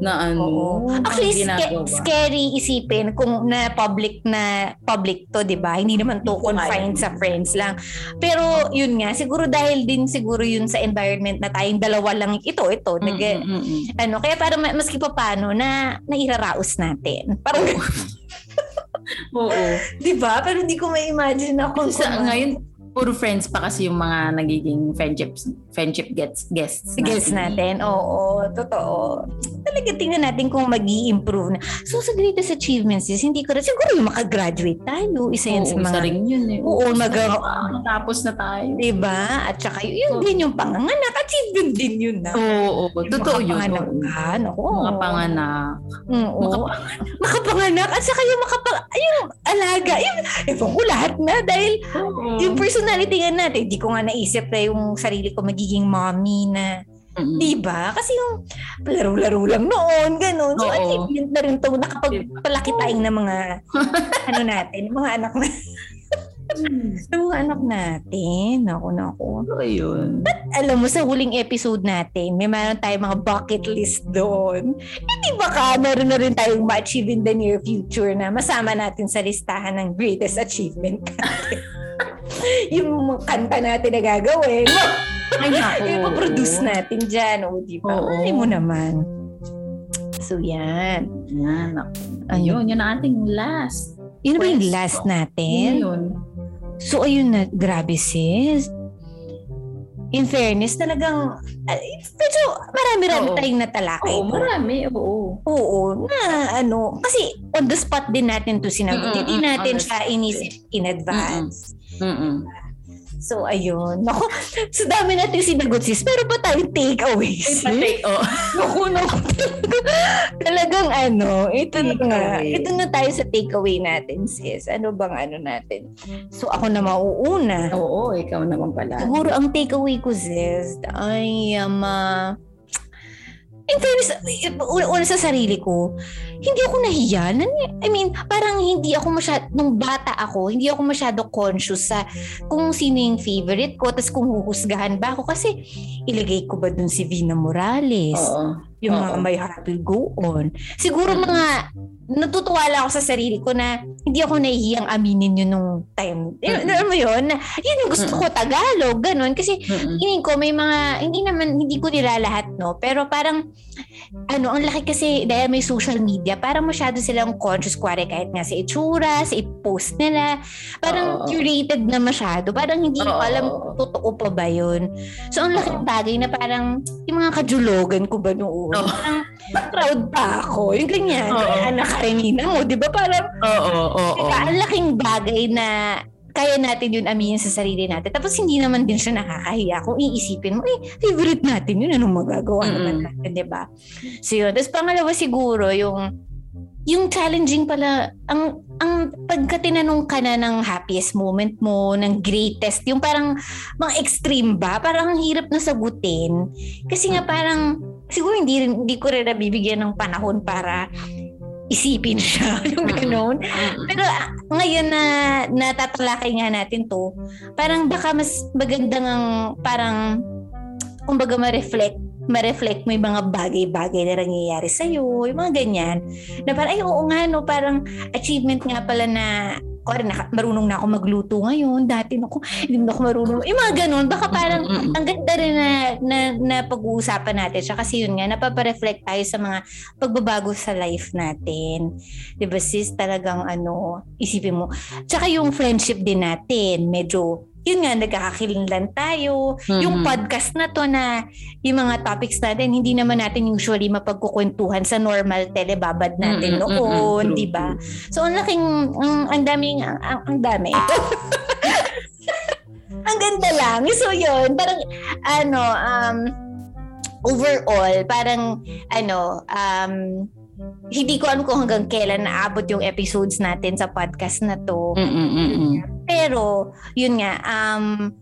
Speaker 2: na ano.
Speaker 1: Oo. Actually,
Speaker 2: ang
Speaker 1: sca-
Speaker 2: ginagawa.
Speaker 1: scary isipin kung na public na public to, 'di ba? Hindi naman to
Speaker 2: Hindi ko
Speaker 1: confined
Speaker 2: kaya.
Speaker 1: sa friends lang. Pero yun nga, siguro dahil din siguro yun sa environment na tayong dalawa lang ito, ito,
Speaker 2: Mm,
Speaker 1: nag
Speaker 2: mm, mm, mm.
Speaker 1: ano, kaya para maski pa paano na nairaraos natin. Parang
Speaker 2: Oh. Oo.
Speaker 1: 'di ba? Pero hindi ko ma-imagine na kung
Speaker 2: Kasi sa,
Speaker 1: kung-
Speaker 2: ngayon, puro friends pa kasi yung mga nagiging friendships, friendship gets, guests
Speaker 1: Guess natin. Oo, totoo. Talaga tingnan natin kung mag improve na. So sa greatest achievements is hindi ko rin, siguro yung makagraduate tayo. Isa yan
Speaker 2: Oo,
Speaker 1: sa
Speaker 2: isa
Speaker 1: mga,
Speaker 2: rin yun eh.
Speaker 1: Oo, mag-
Speaker 2: Tapos na tayo.
Speaker 1: diba? At saka yun,
Speaker 2: Oh.
Speaker 1: yun din yung panganganak. Achievement din yun na.
Speaker 2: Oo, oo.
Speaker 1: Yung
Speaker 2: totoo yun.
Speaker 1: makapanganak ka, naku.
Speaker 2: Mga panganak.
Speaker 1: Oo.
Speaker 2: Makapanganak.
Speaker 1: Makapanganak. At saka yung makapang... Yung alaga. Yung, ewan ko lahat na. Dahil
Speaker 2: Mm,
Speaker 1: yung personality nga natin, hindi ko nga naisip na yung sarili ko magiging mommy na
Speaker 2: Mm-mm.
Speaker 1: Diba? Kasi yung laro-laro lang noon, ganun. So,
Speaker 2: Oo.
Speaker 1: achievement na rin to. Nakapagpalaki tayo ng mga, ano natin, mga anak na, ng mga anak natin. Ako, naku.
Speaker 2: Totoo yun.
Speaker 1: Alam mo, sa huling episode natin, may meron tayong mga bucket list doon. Hindi baka meron na rin tayong ma-achieve in the near future na masama natin sa listahan ng greatest achievement natin. yung mga kanta natin na gagawin,
Speaker 2: Ay, naku.
Speaker 1: yung maproduce natin dyan, o di ba?
Speaker 2: Oo.
Speaker 1: Malay mo naman. So yan.
Speaker 2: Yan, naku. Ayun, yun ang ating last.
Speaker 1: Yun na ba yung
Speaker 2: Pwesto.
Speaker 1: last
Speaker 2: Yun
Speaker 1: natin?
Speaker 2: yun.
Speaker 1: So ayun na, grabe sis. In fairness, talagang ah, medyo marami-rami
Speaker 2: Oo.
Speaker 1: tayong natalakay.
Speaker 2: Oo, marami. Oo.
Speaker 1: Oo, na ano, kasi on the spot din natin to sinagot.
Speaker 2: Mm-mm,
Speaker 1: Hindi
Speaker 2: mm,
Speaker 1: natin
Speaker 2: on the
Speaker 1: siya
Speaker 2: spot
Speaker 1: inisip in advance.
Speaker 2: Mm-mm.
Speaker 1: So ayun. Naku, sa dami natin sinagot sis. Pero ba tayong takeaways?
Speaker 2: Oo.
Speaker 1: Naku, naku. Talagang ano, ito na nga.
Speaker 2: Takeaway.
Speaker 1: Ito na tayo sa takeaway natin, sis. Ano bang ano natin? So, ako na mauuna.
Speaker 2: Oo, ikaw naman pala.
Speaker 1: Siguro ang takeaway ko, sis, ay, um, ah, in fairness, una, una sa sarili ko, hindi ako nahiya. Nan- I mean, parang hindi ako masyado, nung bata ako, hindi ako masyado conscious sa kung sino yung favorite ko, tapos kung huhusgahan ba ako. Kasi, ilagay ko ba dun si Vina Morales?
Speaker 2: Oo.
Speaker 1: Yung mga
Speaker 2: Oo.
Speaker 1: my heart will go on. Siguro
Speaker 2: Mm.
Speaker 1: mga natutuwa lang ako sa sarili ko na hindi ako nahihiyang aminin yun nung time. Yun,
Speaker 2: Mm.
Speaker 1: Alam mo yun? Na, yun yung gusto ko,
Speaker 2: Mm.
Speaker 1: Tagalog, ganun. Kasi
Speaker 2: Mm-mm.
Speaker 1: hindi ko may mga, hindi naman, hindi ko nila lahat, no? Pero parang, ano, ang laki kasi dahil may social media, parang masyado silang conscious kuwari kahit nga sa itsura, sa i-post nila. Parang
Speaker 2: Oo.
Speaker 1: curated na masyado. Parang hindi ko
Speaker 2: Oo.
Speaker 1: alam kung totoo pa ba yun. So, ang laking bagay na parang yung mga kajulogan ko ba noon.
Speaker 2: Oo.
Speaker 1: Parang proud pa ako. Yung ganyan.
Speaker 2: Oo.
Speaker 1: Kaya anak karenina mo, di ba? Parang
Speaker 2: Oo, oo, oo.
Speaker 1: diba, ang laking bagay na kaya natin yun aminin sa sarili natin. Tapos hindi naman din siya nakakahiya kung iisipin mo, eh, favorite natin yun. Anong magagawa naman
Speaker 2: Mm-mm.
Speaker 1: natin, di ba? So yun. Tapos pangalawa siguro, yung yung challenging pala, ang, ang pagka tinanong ka na ng happiest moment mo, ng greatest, yung parang mga extreme ba? Parang ang hirap na sagutin. Kasi nga parang, siguro hindi, rin- hindi ko rin nabibigyan ng panahon para isipin siya. Yung
Speaker 2: Mm-mm.
Speaker 1: ganun.
Speaker 2: Mm-mm.
Speaker 1: Pero ah, ngayon na natatalakay nga natin to, parang baka mas maganda ng parang kumbaga ma-reflect ma-reflect mo yung mga bagay-bagay na nangyayari sa'yo, yung mga ganyan. Na parang, ay oo nga, no, parang achievement nga pala na, kuwari, naka, marunong na ako magluto ngayon, dati naku, hindi na ako marunong. Yung mga ganun, baka parang
Speaker 2: Mm-mm.
Speaker 1: ang ganda rin na, na, na pag-uusapan natin siya kasi yun nga, napapareflect tayo sa mga pagbabago sa life natin. Di ba sis, talagang ano, isipin mo. Tsaka yung friendship din natin, medyo, yun nga, nagkakakilinlan tayo. Yung
Speaker 2: Mm-mm.
Speaker 1: podcast na to na yung mga topics natin, hindi naman natin usually mapagkukwentuhan sa normal telebabad natin
Speaker 2: Mm-mm, mm-mm.
Speaker 1: noon,
Speaker 2: True,
Speaker 1: di ba? So, ang laking, ang, ang daming, ang, ang, ang dami. ang ganda lang. So, yun, parang, ano, um, overall, parang ano, um, hindi ko alam kung hanggang kailan naabot yung episodes natin sa podcast na to.
Speaker 2: Mm-mm-mm.
Speaker 1: Pero, yun nga, um,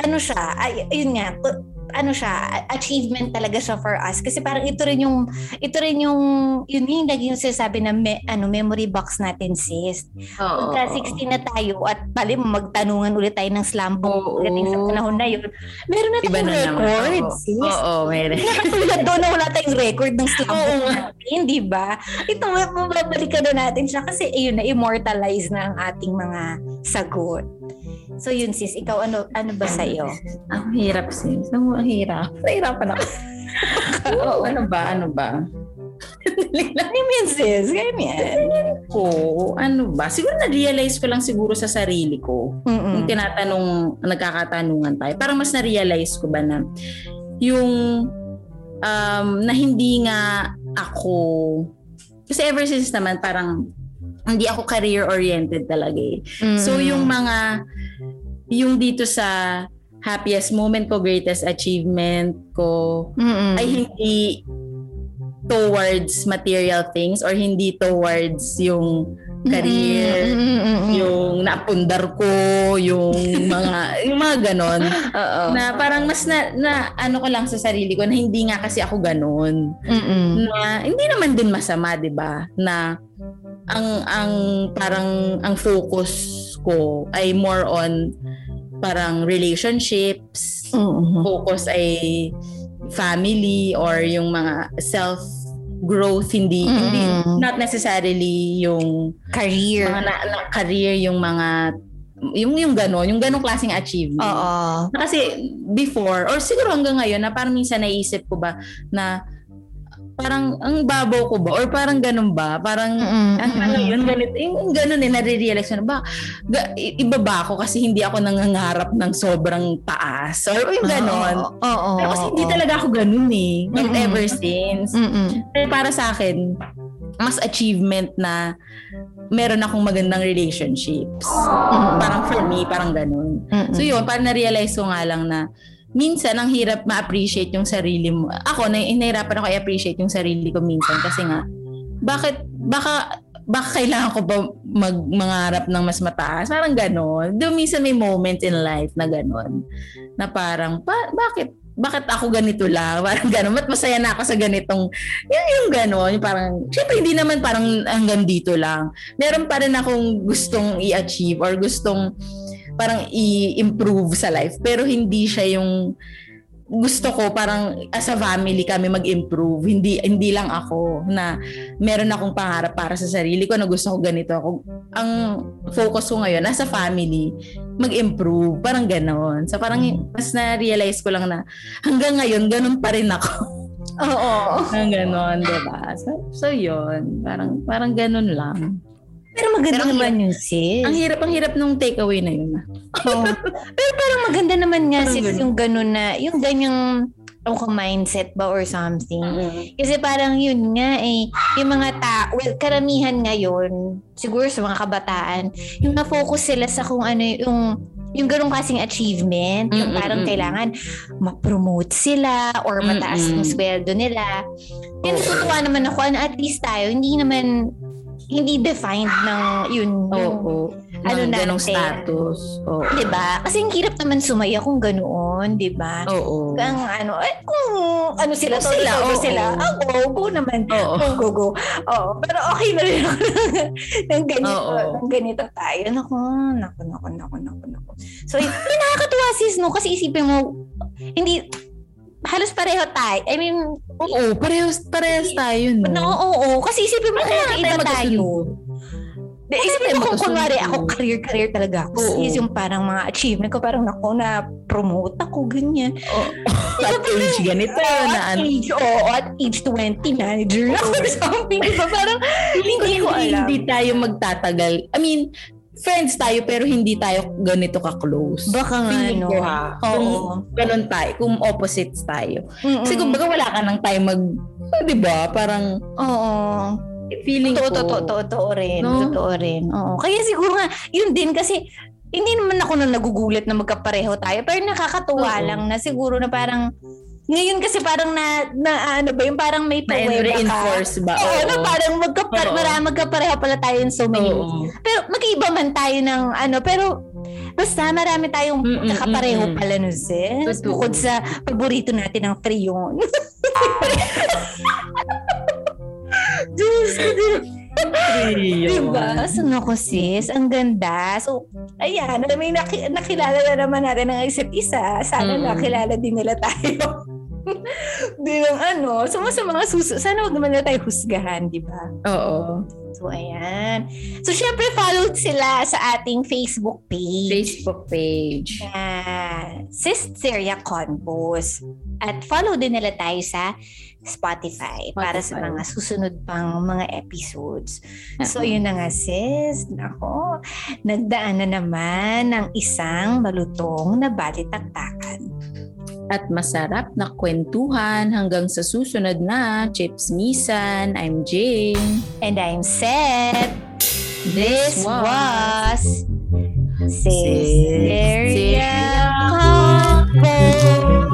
Speaker 1: ano siya, ay, yun nga, ku- ano siya, a- achievement talaga siya for us. Kasi parang ito rin yung, ito rin yung, yun yung naging sinasabi na me, ano, memory box natin, sis.
Speaker 2: Oo.
Speaker 1: Pagka 16 na tayo at bali magtanungan ulit tayo ng slam book
Speaker 2: Oo.
Speaker 1: pagdating sa panahon na yun. Meron na
Speaker 2: Iba
Speaker 1: tayong
Speaker 2: na naman.
Speaker 1: record,
Speaker 2: Oo.
Speaker 1: sis.
Speaker 2: Oo, meron.
Speaker 1: Nakatulad doon na wala tayong record ng slam
Speaker 2: Oo
Speaker 1: book
Speaker 2: nga.
Speaker 1: natin, di ba? Ito, may- mababalikan na natin siya kasi ayun na, immortalize na ang ating mga sagot. So yun sis, ikaw ano ano ba sa iyo?
Speaker 2: Ang hirap sis. Ang ang hirap. Nahirapan ako. Oo, ano ba? Ano ba?
Speaker 1: I mean sis, ganyan.
Speaker 2: Oo, ano ba? Siguro na-realize ko lang siguro sa sarili ko.
Speaker 1: Mm-mm.
Speaker 2: Yung tinatanong, nagkakatanungan tayo. Parang mas na-realize ko ba na yung um, na hindi nga ako kasi ever since naman parang hindi ako career oriented talaga eh.
Speaker 1: Mm.
Speaker 2: So yung mga yung dito sa happiest moment ko, greatest achievement ko
Speaker 1: Mm-mm.
Speaker 2: ay hindi towards material things or hindi towards yung career,
Speaker 1: Mm-mm.
Speaker 2: yung napundar ko, yung mga yung mga ganon
Speaker 1: Oo.
Speaker 2: na parang mas na, na ano ko lang sa sarili ko na hindi nga kasi ako ganon
Speaker 1: Mm-mm.
Speaker 2: na hindi naman din masama, 'di ba? Na ang ang parang ang focus ko ay more on parang relationships,
Speaker 1: Mm-mm.
Speaker 2: focus ay family or yung mga self growth hindi
Speaker 1: Mm-mm.
Speaker 2: hindi not necessarily yung
Speaker 1: Career.
Speaker 2: mga na, na, career yung mga yung yung ganon yung ganong klaseng achievement
Speaker 1: Oo.
Speaker 2: na Kasi before, or siguro hanggang ngayon, na parang minsan naisip ko ba na parang ang babaw ko ba? Or parang ganun ba? Parang
Speaker 1: Mm-mm.
Speaker 2: hanggang ngayon, ganito, yung ganun eh, nare-realize ko na ba? Ga, i- iba ba ako kasi hindi ako nangangarap ng sobrang taas? Or yung ganun.
Speaker 1: Ah, Oo. Oo.
Speaker 2: Pero kasi hindi
Speaker 1: Oo.
Speaker 2: talaga ako ganun eh. But
Speaker 1: Mm-mm.
Speaker 2: ever since.
Speaker 1: Mm-mm.
Speaker 2: Pero para sa akin, mas achievement na meron akong magandang relationships.
Speaker 1: Mm-mm.
Speaker 2: Parang for me, parang ganun.
Speaker 1: Mm-mm.
Speaker 2: So yun, parang na-realize ko nga lang na minsan ang hirap ma-appreciate yung sarili mo. Ako, na nahirapan ako i-appreciate yung sarili ko minsan kasi nga, bakit, baka, baka kailangan ko ba mag, mangarap ng mas mataas? Parang ganon. Doon minsan may moments in life na ganon. Na parang, ba- bakit? Bakit ako ganito lang? Parang ganon. Ba't masaya na ako sa ganitong, yung, yung ganon. Yung parang, syempre hindi naman parang hanggang dito lang. Meron pa rin akong gustong i-achieve or gustong parang i-improve sa life pero hindi siya yung gusto ko parang as a family kami mag-improve hindi hindi lang ako na meron akong pangarap para sa sarili ko na gusto ko ganito ako ang focus ko ngayon as a family mag-improve parang ganon so parang mas na-realize ko lang na hanggang ngayon ganon pa rin ako
Speaker 1: Oo.
Speaker 2: ang ganon diba so, so yun parang parang ganon lang
Speaker 1: Pero maganda
Speaker 2: Pero ang
Speaker 1: naman yun sis.
Speaker 2: ang hirap ang hirap nung takeaway na yun ah.
Speaker 1: Oo. Pero parang maganda naman nga
Speaker 2: Parang
Speaker 1: sis
Speaker 2: ganun.
Speaker 1: yung ganun na, yung ganyang ano ko, mindset ba or something. Kasi parang yun nga eh, yung mga ta, well, karamihan ngayon, siguro sa mga kabataan, yung na-focus sila sa kung ano yung yung ganun kasing achievement, yung
Speaker 2: Mm-mm,
Speaker 1: parang
Speaker 2: mm-mm.
Speaker 1: kailangan ma-promote sila or mataas yung
Speaker 2: Mm-mm.
Speaker 1: sweldo nila. Yung
Speaker 2: Oo.
Speaker 1: natutuwa naman ako na at least tayo, hindi naman, hindi defined ng yun, yung
Speaker 2: Oo.
Speaker 1: Ano
Speaker 2: Ng
Speaker 1: natin.
Speaker 2: ganong status. Oo.
Speaker 1: Diba? Kasi ang hirap naman sumaya kung ganoon, diba?
Speaker 2: Oo.
Speaker 1: Ang ano, eh, kung ano sila,
Speaker 2: Kung sila,
Speaker 1: sila, go
Speaker 2: oo.
Speaker 1: sila, ah, go, go naman.
Speaker 2: Oo.
Speaker 1: Go, go, go. Oo, pero okay na rin ako ng ganito,
Speaker 2: Oo.
Speaker 1: ng ganito tayo. Naku, naku, naku, naku, naku, naku. So, yun, yun, nakakatuwa sis, no? Kasi isipin mo, hindi, halos pareho tayo. I mean,
Speaker 2: Oo, parehas, parehas tayo. No?
Speaker 1: no, oo, oo. Kasi isipin mo, kaya iba Ano, tayo. De, isipin
Speaker 2: tayo
Speaker 1: mo kung
Speaker 2: magkasundo.
Speaker 1: kunwari ako, career-career talaga ako.
Speaker 2: Oo.
Speaker 1: Is yung parang mga achievement ko, parang nako na promote ako, ganyan.
Speaker 2: Oo. At age ganito
Speaker 1: Oo,
Speaker 2: na
Speaker 1: at
Speaker 2: ano.
Speaker 1: age, oo, at age 20, manager na ako or something. Diba? Parang hindi ko
Speaker 2: hindi,
Speaker 1: alam.
Speaker 2: hindi tayo magtatagal. I mean, friends tayo pero hindi tayo ganito ka-close.
Speaker 1: Baka nga,
Speaker 2: Feeling
Speaker 1: no?
Speaker 2: ko ha. Kung
Speaker 1: Oo.
Speaker 2: ganun tayo, kung opposites tayo.
Speaker 1: Mm-mm.
Speaker 2: Kasi kumbaga wala ka nang time mag, ah, di ba? Parang
Speaker 1: Oo.
Speaker 2: feeling
Speaker 1: Totoo,
Speaker 2: ko.
Speaker 1: totoo, totoo, totoo rin.
Speaker 2: No?
Speaker 1: Totoo rin. Oo. Kaya siguro nga, yun din kasi hindi naman ako na nagugulat na magkapareho tayo. Pero nakakatuwa
Speaker 2: Oo.
Speaker 1: lang na siguro na parang Ngayon kasi parang na, na ano ba yung parang may puweba
Speaker 2: Na-reinforce ba?
Speaker 1: Oo, na parang magkapar,
Speaker 2: Oo.
Speaker 1: mara, magkapareho pala tayo in so many ways.
Speaker 2: Oo.
Speaker 1: Pero magkaiba man tayo ng ano, pero basta marami tayong
Speaker 2: Mm, mm,
Speaker 1: kakapareho
Speaker 2: mm, mm.
Speaker 1: pala nun, sis.
Speaker 2: Totoo.
Speaker 1: Bukod sa paborito natin ng freyon. Diyos ko, Diyos. Diba?
Speaker 2: Diba?
Speaker 1: Sano ko, sis? Ang ganda. So, ayan, may naki- nakilala na naman natin ang isa't isa. Sana
Speaker 2: Mm.
Speaker 1: nakilala din nila tayo. Bilang ano, so sa mga susunod, sana wag naman na tayo husgahan, di ba?
Speaker 2: Oo.
Speaker 1: So, ayan. So, syempre, followed sila sa ating Facebook page.
Speaker 2: Facebook page.
Speaker 1: na Sisteria Convos. At follow din nila tayo sa Spotify, para sa
Speaker 2: Spotify.
Speaker 1: mga susunod pang mga episodes. So,
Speaker 2: Oo.
Speaker 1: yun na nga sis. Nako, nagdaan na naman ng isang malutong na balitaktakan.
Speaker 2: At masarap na kwentuhan hanggang sa susunod na Chips Misan. I'm Jane.
Speaker 1: And I'm set. This was Sisteria
Speaker 2: Sisteria
Speaker 1: Convos.